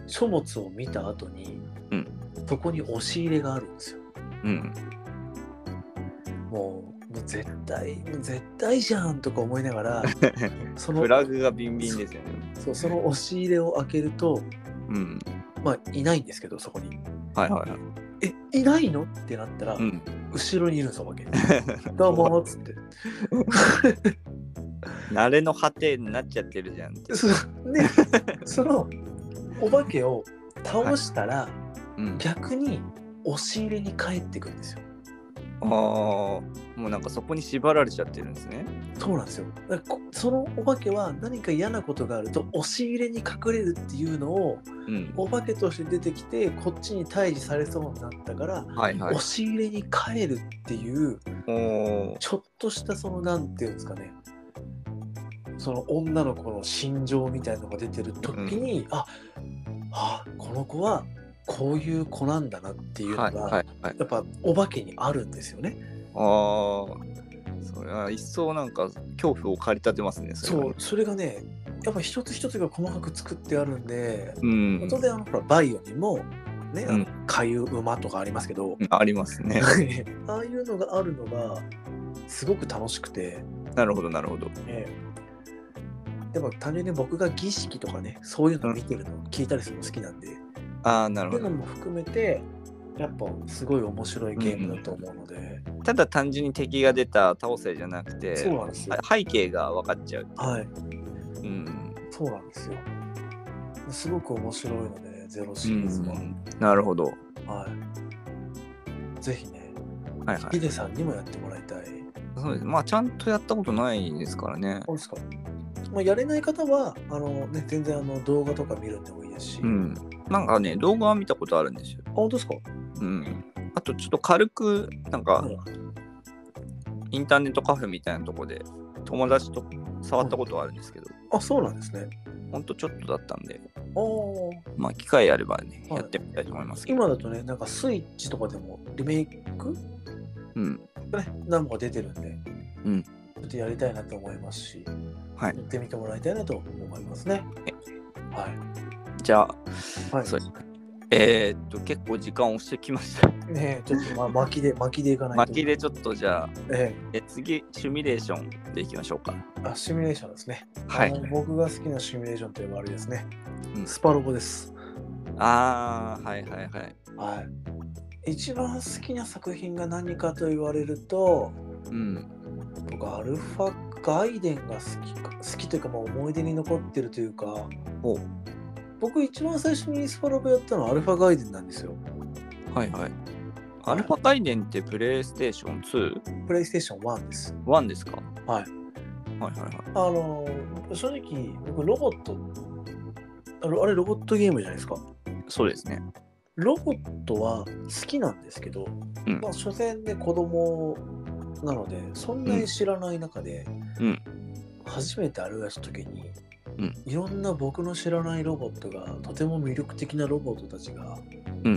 書物を見た後に、うんそこに押し入れがあるんですようん。もうもう絶対もう絶対じゃんとか思いなが [LAUGHS] らそのフラグがビンビンですよね。そうその押し入れを開けるとうん。まあいないんですけどそこにはいはいはい。えいないのってなったら、うん。後ろにいるんですよお [LAUGHS] 化けどうもーっつって慣れの果てになっちゃってるじゃんって。そでそのお化けを倒したら、うん、逆に押し入れに帰ってくるんですよ。ああ、もうなんかそこに縛られちゃってるんですね。そうなんですよ。だからこそのお化けは何か嫌なことがあると押し入れに隠れるっていうのをうん。お化けとして出てきてこっちに退治されそうになったからはいはい押。し入れに帰るっていうおおー。ちょっとしたその何て言うんですかねその女の子の心情みたいのが出てる時に、ああこの子はこういう子なんだなっていうのが、はいはいはい。やっぱお化けにあるんですよね。ああー。それは一層なんか恐怖を駆り立てますね。れはそう、それがね、やっぱ一つ一つが細かく作ってあるんで、うん。当然あのほらバイオにも、ね、あのうんかゆ馬とかありますけ [LAUGHS] ど、 [LAUGHS] ありますね。ああいうのがあるのが、すごく楽しくて、なるほど、なるほど。ええでも単純に僕が儀式とかねそういうの見てるの聞いたりするの好きなんで、ああ、なるそうほいうのど。も含めてやっぱすごい面白いゲームだと思うので、ただ単純に敵が出た倒せじゃなくて、そうなんですよは背景が分かっちゃう。はいうん。そうなんですよすごく面白いのでゼロシリーズは、なるほど。ははいぜひねいはい。ヒデさんにもやってもらいたいそうです。まあ、ちゃんとやったことないですからね。そうですか、まあ、やれない方はあの、ね、全然あの動画とか見るんでもいいですし、うあん。なんかね、動画は見たことあるんですよ。本当ですかうん。あと、ちょっと軽く、なんか、インターネットカフェみたいなとこで、友達と触ったことはあるんですけど、あそうなんですねほんとちょっとだったんで、あーまあ、機会あればね、はいやってみたいと思いますけど。今だとねなんかスイッチとかでもリメイクうん。ね何個か出てるんで、うんちょっとやりたいなと思いますし、はいやってみてもらいたいなと思いますねえ。はじゃあ、い。はい、そうえーっと、結構時間押してきました。ねえちょっと、ま、巻きで、巻きでいかないと。巻きでちょっとじゃあ、ええ次、シミュレーションでいきましょうか。えあ、シミュレーションですね。はいあ。の僕が好きなシミュレーションといえばあれですね。うんスパロボです。ああ、はいはいはい。はい。一番好きな作品が何かと言われると、うん。僕、アルファガイデンが好きか、好きというか、まあ、思い出に残ってるというか、お僕、一番最初にスパロボやったのはアルファガイデンなんですよ。はいはい。アルファガイデンってプレイステーション2、プレイステーション1です。 1ですかはい。はいはいはい。あのー正直、僕、ロボット、あれあれロボットゲームじゃないですか。そうですね。ロボットは好きなんですけど、うんまあ、所詮で子供なので、そんなに知らない中で、うん初めて歩かした時に、うんいろんな僕の知らないロボットが、とても魅力的なロボットたちが、うん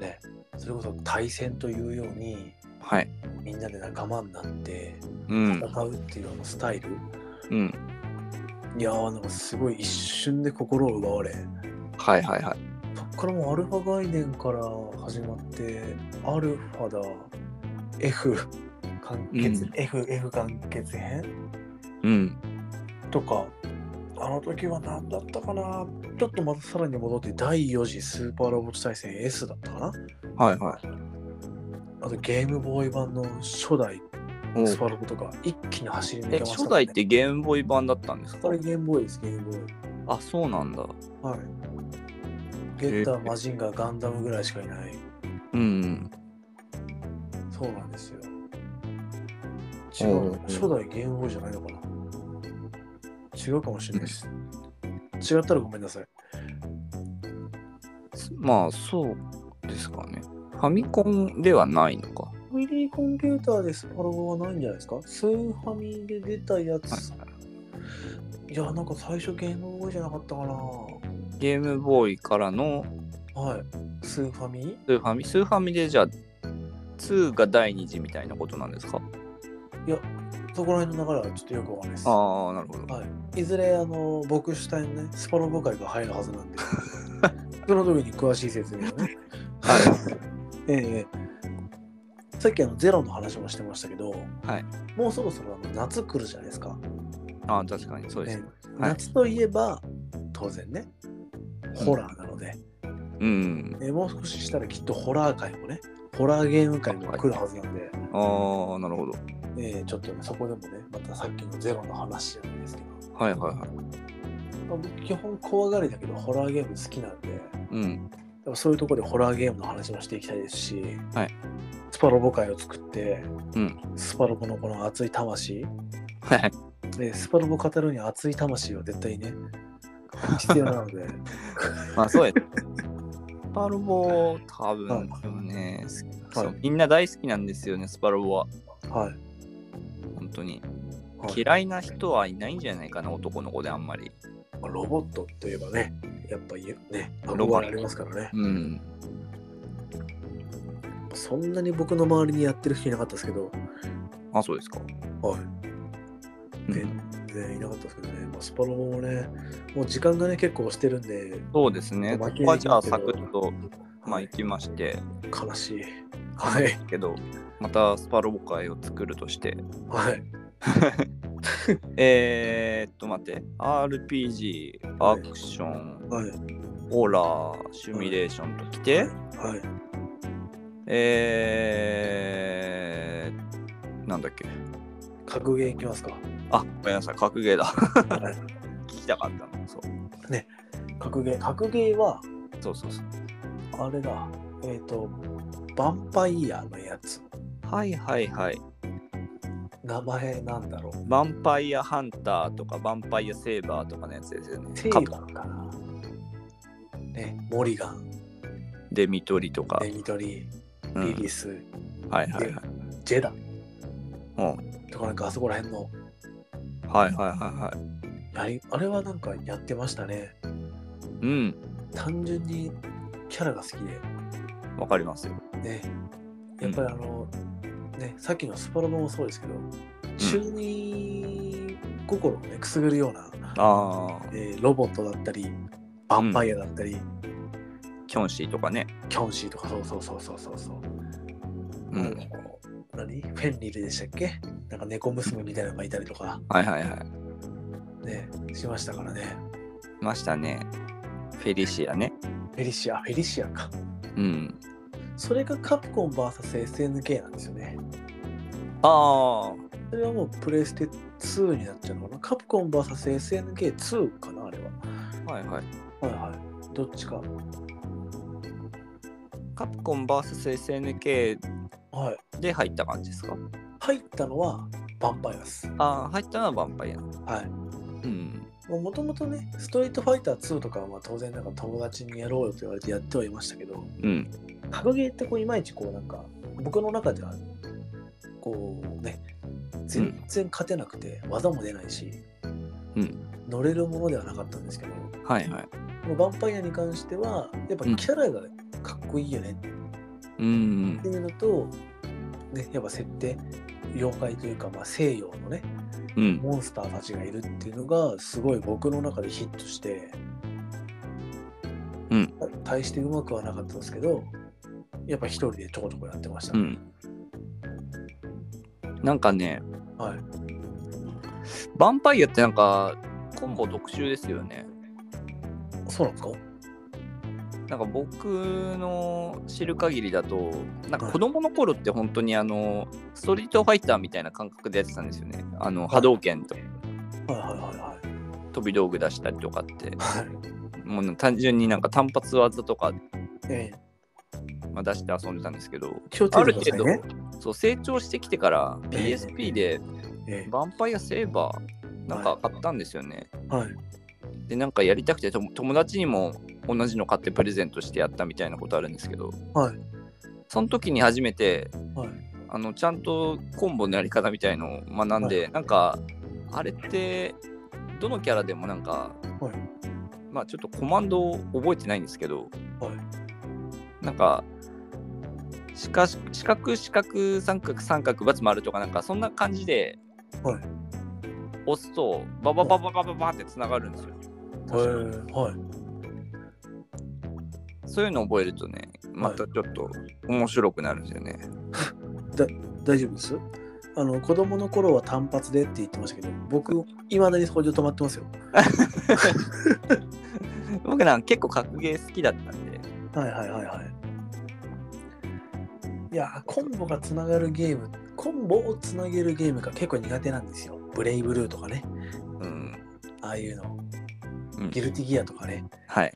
ね、それこそ対戦というように、はい。みんなで仲間になってうん。戦うっていうあのスタイル、うん。いやーなんかすごい一瞬で心を奪われはいはいはい。そっからもうアルファ概念から始まってアルファだ F 完結、うん FF 完結編うん。とかあの時は何だったかなちょっとまたさらに戻って第4次スーパーロボット対戦 S だったかなはいはい。あとゲームボーイ版の初代おスパロボとか一気に走り抜けえ、ました、初代ってゲームボーイ版だったんですかこれゲームボーイですゲームボーイあ、そうなんだ。はいゲッターマジンガーガンダムぐらいしかいないうん。そうなんですよ。違うんう、初代ゲームボーイじゃないのかな違うかもしれないです。違ったらごめんなさい。まあ、そうですかね。ファミコンではないのか。ファミリーコンピューターでスパロボはないんじゃないですかスーファミで出たやつ。いや、なんか最初ゲームボーイじゃなかったかなゲームボーイからのはい。スーファミスーファミ、スーファミでじゃあ、2が第2次みたいなことなんですかそこら辺の流れはちょっとよくわかんないです。ああ、なるほど。はい、いずれあの僕主体のねスパロボ会が入るはず [LAUGHS] なんでその時に詳しい説明をねはええさっきあのゼロの話もしてましたけど、はいもうそろそろあの夏来るじゃないですか、ああ、確かにそうですね。ええはい夏といえば当然ねホラーなので、うん。ええもう少ししたらきっとホラー会もねホラーゲーム会も来るはずなんで、ああ、なるほど。ええちょっとねそこでもねまたさっきのゼロの話じゃないですけど、はいはいはい。まあ僕基本怖がりだけどホラーゲーム好きなんでうん。でもそういうところでホラーゲームの話もしていきたいですし、はいスパロボ会を作って、うんスパロボのこの熱い魂、はいはい。でスパロボ語るには熱い魂は絶対 [LAUGHS] ね、必要なので、まあ、そうです。スパロボ、多は分ね、好きはいそうみんな大好きなんですよね、スパロボは。はい。本当に。はい嫌いな人はいないんじゃないかな、男の子であんまり。まあロボットといえばね、やっぱりね、ロボ憧れありますからね。うん。そんなに僕の周りにやってる人いなかったですけど、あ、そうですか。はい。うん全然いなかったですけどね、まあ、スパロボもね、もう時間がね、結構押してるんで、そうですね。こ負けこはじゃあ、ですけサどクッと、まはあ、い行きまして、悲しい。はい。けど、またスパロボ会を作るとして、はい。えーっと、待って。RPG、アクション、はいホラー、シミュレーションときて、はいえー、なんだっけ。格ゲーいきますか、あ、ごめんなさい、格ゲーだ。 [LAUGHS] はい、聞きたかったの。そう格ゲー格ゲーはそうそうそう。あれだえっ、とヴァンパイアのやつはいはいはい。名前なんだろうヴァンパイアハンターとか、ヴァンパイアセーバーとかのやつですよね。テカープマかなねモリガンデミトリとか。デミトリうリんリ、ス、はいはいはい。ジェダうんとかなんかあそこら辺のはいはいはいはい。やりあれはなんかやってましたねうん、単純にキャラが好きでわかりますよ。ねやっぱりあの、ねさっきのスパロボもそうですけど中二心をねくすぐるような、ああ、えーロボットだったりヴァンパイアだったり、キョンシーとかね。キョンシーとかそうそうそうそうそうそう、うん。こう何フェンリルでしたっけなんか猫娘みたいなのがいたりとかはいはいはい。ねしましたからねましたね。フェリシアね。フェリシアフェリシアかうん。それがカプコン VSSNK なんですよねあそれはもうプレイステ2になっちゃうのかなカプコン VSSNK2 かなあれはあ、はいはい。はいはいどっちかカプコン VSSNK はいで入った感じですか入ったのはヴァンパイアですああ、入ったのはヴァンパイア。はいうん。もともとね、ストリートファイター2とかはまあ当然なんか友達にやろうよと言われてやってはいましたけど、うん。格ゲーってこういまいちこうなんか僕の中ではこうね全然勝てなくて、技も出ないし、うん乗れるものではなかったんですけどはいはい。このヴァンパイアに関してはやっぱキャラがかっこいいよねうんって。いうのと、ね、やっぱ設定妖怪というか、まあ、西洋のねうん。モンスターたちがいるっていうのがすごい僕の中でヒットして、うん大してうまくはなかったんですけどやっぱ一人でちょこちょこやってました、うん。なんかね、はいヴァンパイアってなんか、コンボ特集ですよね。そうなんですかなんか僕の知る限りだと、なんか子供の頃って本当にあの、ストリートファイターみたいな感覚でやってたんですよね。あの、波動拳とはいはいはいはい飛び道具出したりとかって、はい。もう単純になんか単発技とか、ええ、まあ、出して遊んでたんですけど、気をつあけてるくだ程さいね。度、そう成長してきてからええ PSP でえヴァンパイアセーバーなんか買ったんですよね。え、はい。で、なんかやりたくてとも友達にも同じの買ってプレゼントしてやったみたいなことあるんですけど、はいその時に初めてはい。あのちゃんとコンボのやり方みたいのを学んで、なんかあれってどのキャラでもなんか、はいまあちょっとコマンドを覚えてないんですけど、はなんか四角四角四角三角三角バツ丸とかなんかそんな感じで、はい押すとバババババババってつながるんですよ。ええ、はい。そういうの覚えるとねまたちょっと面白くなるんですよね。大丈夫ですあの、子供の頃は単発でって言ってましたけど、僕、いまだにそこで止まってますよ。僕なんか結構格ゲー好きだったんで。はいはいはいはい。いやー、コンボがつながるゲーム、コンボをつなげるゲームが結構苦手なんですよ。ブレイブルーとかね、うんああいうの。うんギルティギアとかね。はい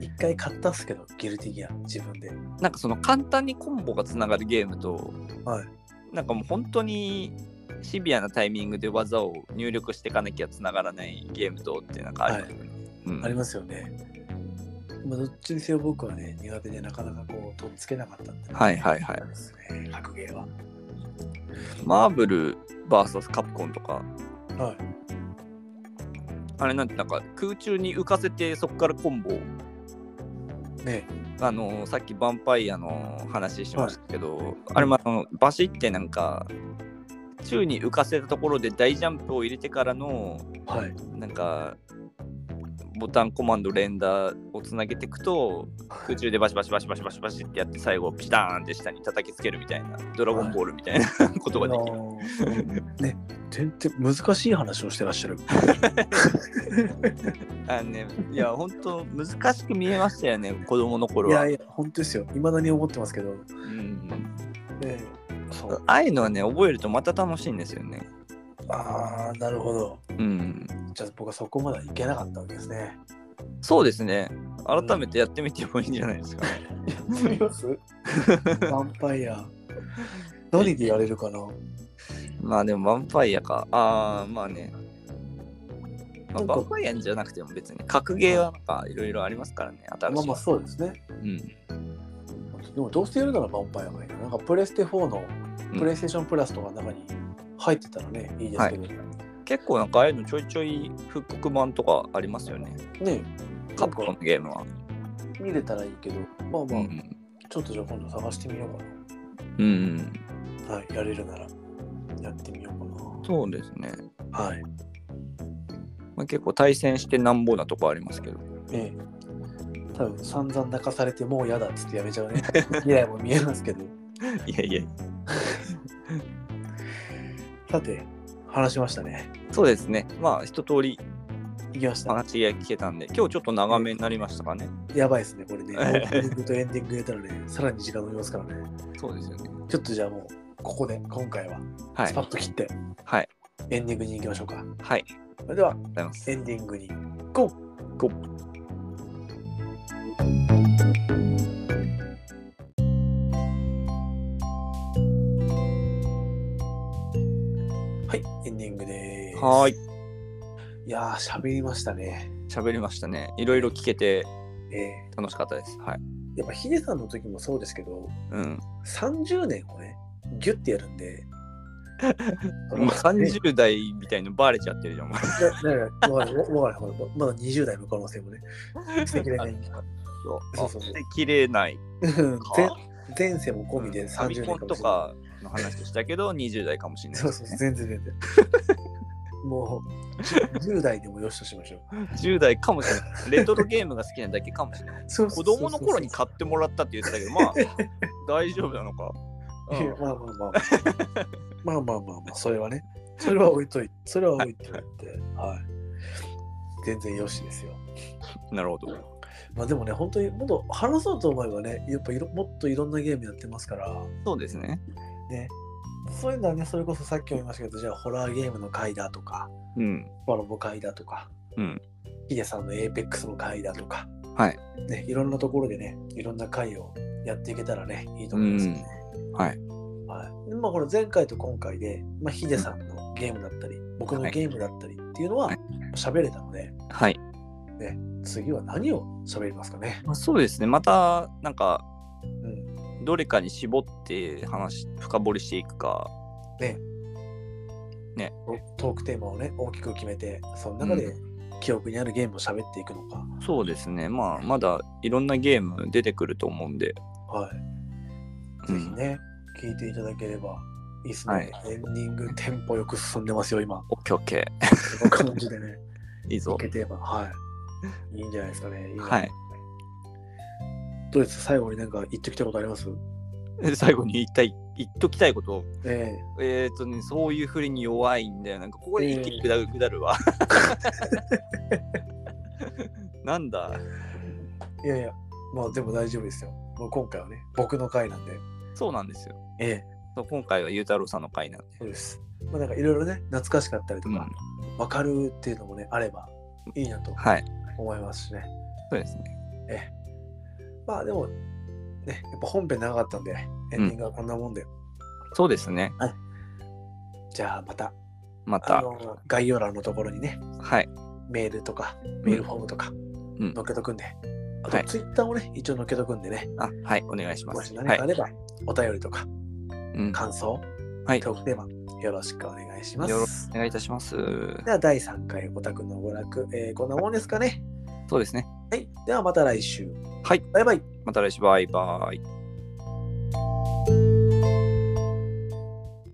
一回買ったっすけど、ギルティギア、自分で。なんかその簡単にコンボがつながるゲームと、はいなんかもう本当にシビアなタイミングで技を入力していかなきゃつながらないゲームとってなんかある、よねうんありますよね。まあ、どっちにせよ僕はね、苦手でなかなかこう、とっつけなかったんで、はいはいはいそうですね。格ゲーは。マーブル VS カプコンとかはい。あれなんてなんか空中に浮かせてそこからコンボをねあのーさっきヴァンパイアの話しましたけど、あれもあのバシってなんか宙に浮かせたところで大ジャンプを入れてからのはい。なんかボタンコマンド連打をつなげていくと空中でバシバシバシバシバシバシってやって最後ピターンって下に叩きつけるみたいなドラゴンボールみたいなことができる。る。ね、全然難しい話をしてらっしゃる。あのね、いや本当難しく見えましたよね子供の頃いは。やいや、本当ですよ。いまだに思ってますけど。ねうんえそう。ああいうのはね覚えるとまた楽しいんですよね。ああ、なるほど。うん、じゃあ僕はそこまでいけなかったわけですね。そうですね改めてやってみてもいいんじゃないですかね。すります [LAUGHS] ヴァンパイア。何でやれるかなまあでもヴァンパイアか。ああ、まあね。まなあ、んヴかァンパイアじゃなくても別に格ゲーはなんかいろいろありますからね。新しい。まあまあそうですね。うん。でもどうせやるならヴァンパイアがいいな。なんかプレステ4のうんプレイステーションプラスとかの中に入ってたらね、いいですけど。結構なんかああいうのちょいちょい復刻版とかありますよね。ねカプコンのゲームは。見れたらいいけど、まあうまあ、ん。ちょっとじゃあ今度探してみよううん。かな。はい、やれるならやってみようかそうですね。な。はい。まあ、結構対戦してなんぼなとこありますけど。ええ。多分散々泣かされてもう嫌だっつってやめちゃう [LAUGHS] ね。未来も見えますけど。いやいや。さて、話しましたね。そうですね。まあ一通りいきました。話が聞けたんで、今日ちょっと長めになりましたかね。やばいですね、これね。オープニングとエンディング入れたらね、さらに時間伸びますからね。そうですよね。ちょっとじゃあもう、ここで今回ははスいパ。ッと切って、はい。エンディングに行きましょうか。はい。ありがとそれでは、うございます。エンディングにゴーゴはい、エンディングです。はーい。いやー、喋りましたね。喋りましたね。いろいろ聞けてええ楽しかったです。はい。やっぱヒデさんの時もそうですけど、うん。 30年をね、ギュッてやるんで、そのもねう30代みたいのバレちゃってるじゃん。もうだだから、わかるわわかるわかるまだ20代の可能性もね、捨てきれない。そうそうそう [LAUGHS] あ捨てきれないうんか。前前世も込みでファミ30コ年ンかともしれないかの話したけど、20代かもしれないそでうすそう、ね。全然全然。 [LAUGHS] もう、10代でもよしとしましょう。 10代かもしれない。レトロゲームが好きなだけかもしれない。そう [LAUGHS] そ子うそう供の頃に買ってもらったって言ってたけ [LAUGHS] ど、まあ、大丈夫なのか。いやまあまあま [LAUGHS] あ。まあまあまあまあ、それはね。それは置いといて、それは置いといて、はい。全然よしですよ。うんなるほど。まあでもね、本当にもっと話そうと思えばね、やっぱいろもっといろんなゲームやってますから、そうですね。ね。そういうのはね、それこそさっきも言いましたけど、じゃあホラーゲームの回だとか、うん。コラボ会だとか、うんヒデさんのエーペックスの会だとか、はい。ね、いろんなところでね、いろんな会をやっていけたらね、いいと思いますよね。はい。はい、でまあこれ前回と今回で、まあ、ヒデさんのゲームだったり、僕のゲームだったりっていうのははい喋れたので、はい。次は何を喋りますかね。まあ、そうですね。また、なんか、うん。どれかに絞って話、深掘りしていくか。ね。ねトークテーマをね、大きく決めて、その中で記憶にあるゲームを喋っていくのか。そうですね。まあ、まだいろんなゲーム出てくると思うんで。はい。うぜんひね、聞いていただければいいですね。はいエンディングテンポよく進んでますよ、今。オッケーオッケこの感じで [LAUGHS] ね。ー。いいぞ受。けてれば、はい。いいんじゃないですかね。いいなはい。。 [LAUGHS] どうです最後になんか言ってきたことありますえ最後に言いたい、言っときたいこと。ええっ、とね、そういうふりに弱いんだよ。なんか、ここで一気に下る,、下るわ。 [LAUGHS] なんだ。えいやいや、まあでも大丈夫ですよ。もう今回はね、僕の回なんで。そうなんですよ。ええ。そう今回はゆうたろうさんの回なんで。そうです。まあなんかいろいろね、懐かしかったりとうんか、わ、かるっていうのもね、あればいいなとはい。思いますしね。そうですね。まあでも、ね、やっぱ本編長かったんで、エンディングはこんなもんで。そうですね。じゃあまた、まあた。の、概要欄のところにね、はい。メールとか、メールフォームとか、うん載っけとくんで。あはと、いツイッターもね、一応載っけとくんでね。あ、はい。お願いしまもす。しは何かあい。れば、お便りとか、うん、感想、はいトークテーマ、よろしくお願いします。よろお願いいたします。では、第3回オタクの娯楽、えーこんなもんですかね。そうですね。はい。では、また来週。はい。バイバイ。また来週、バイバイ。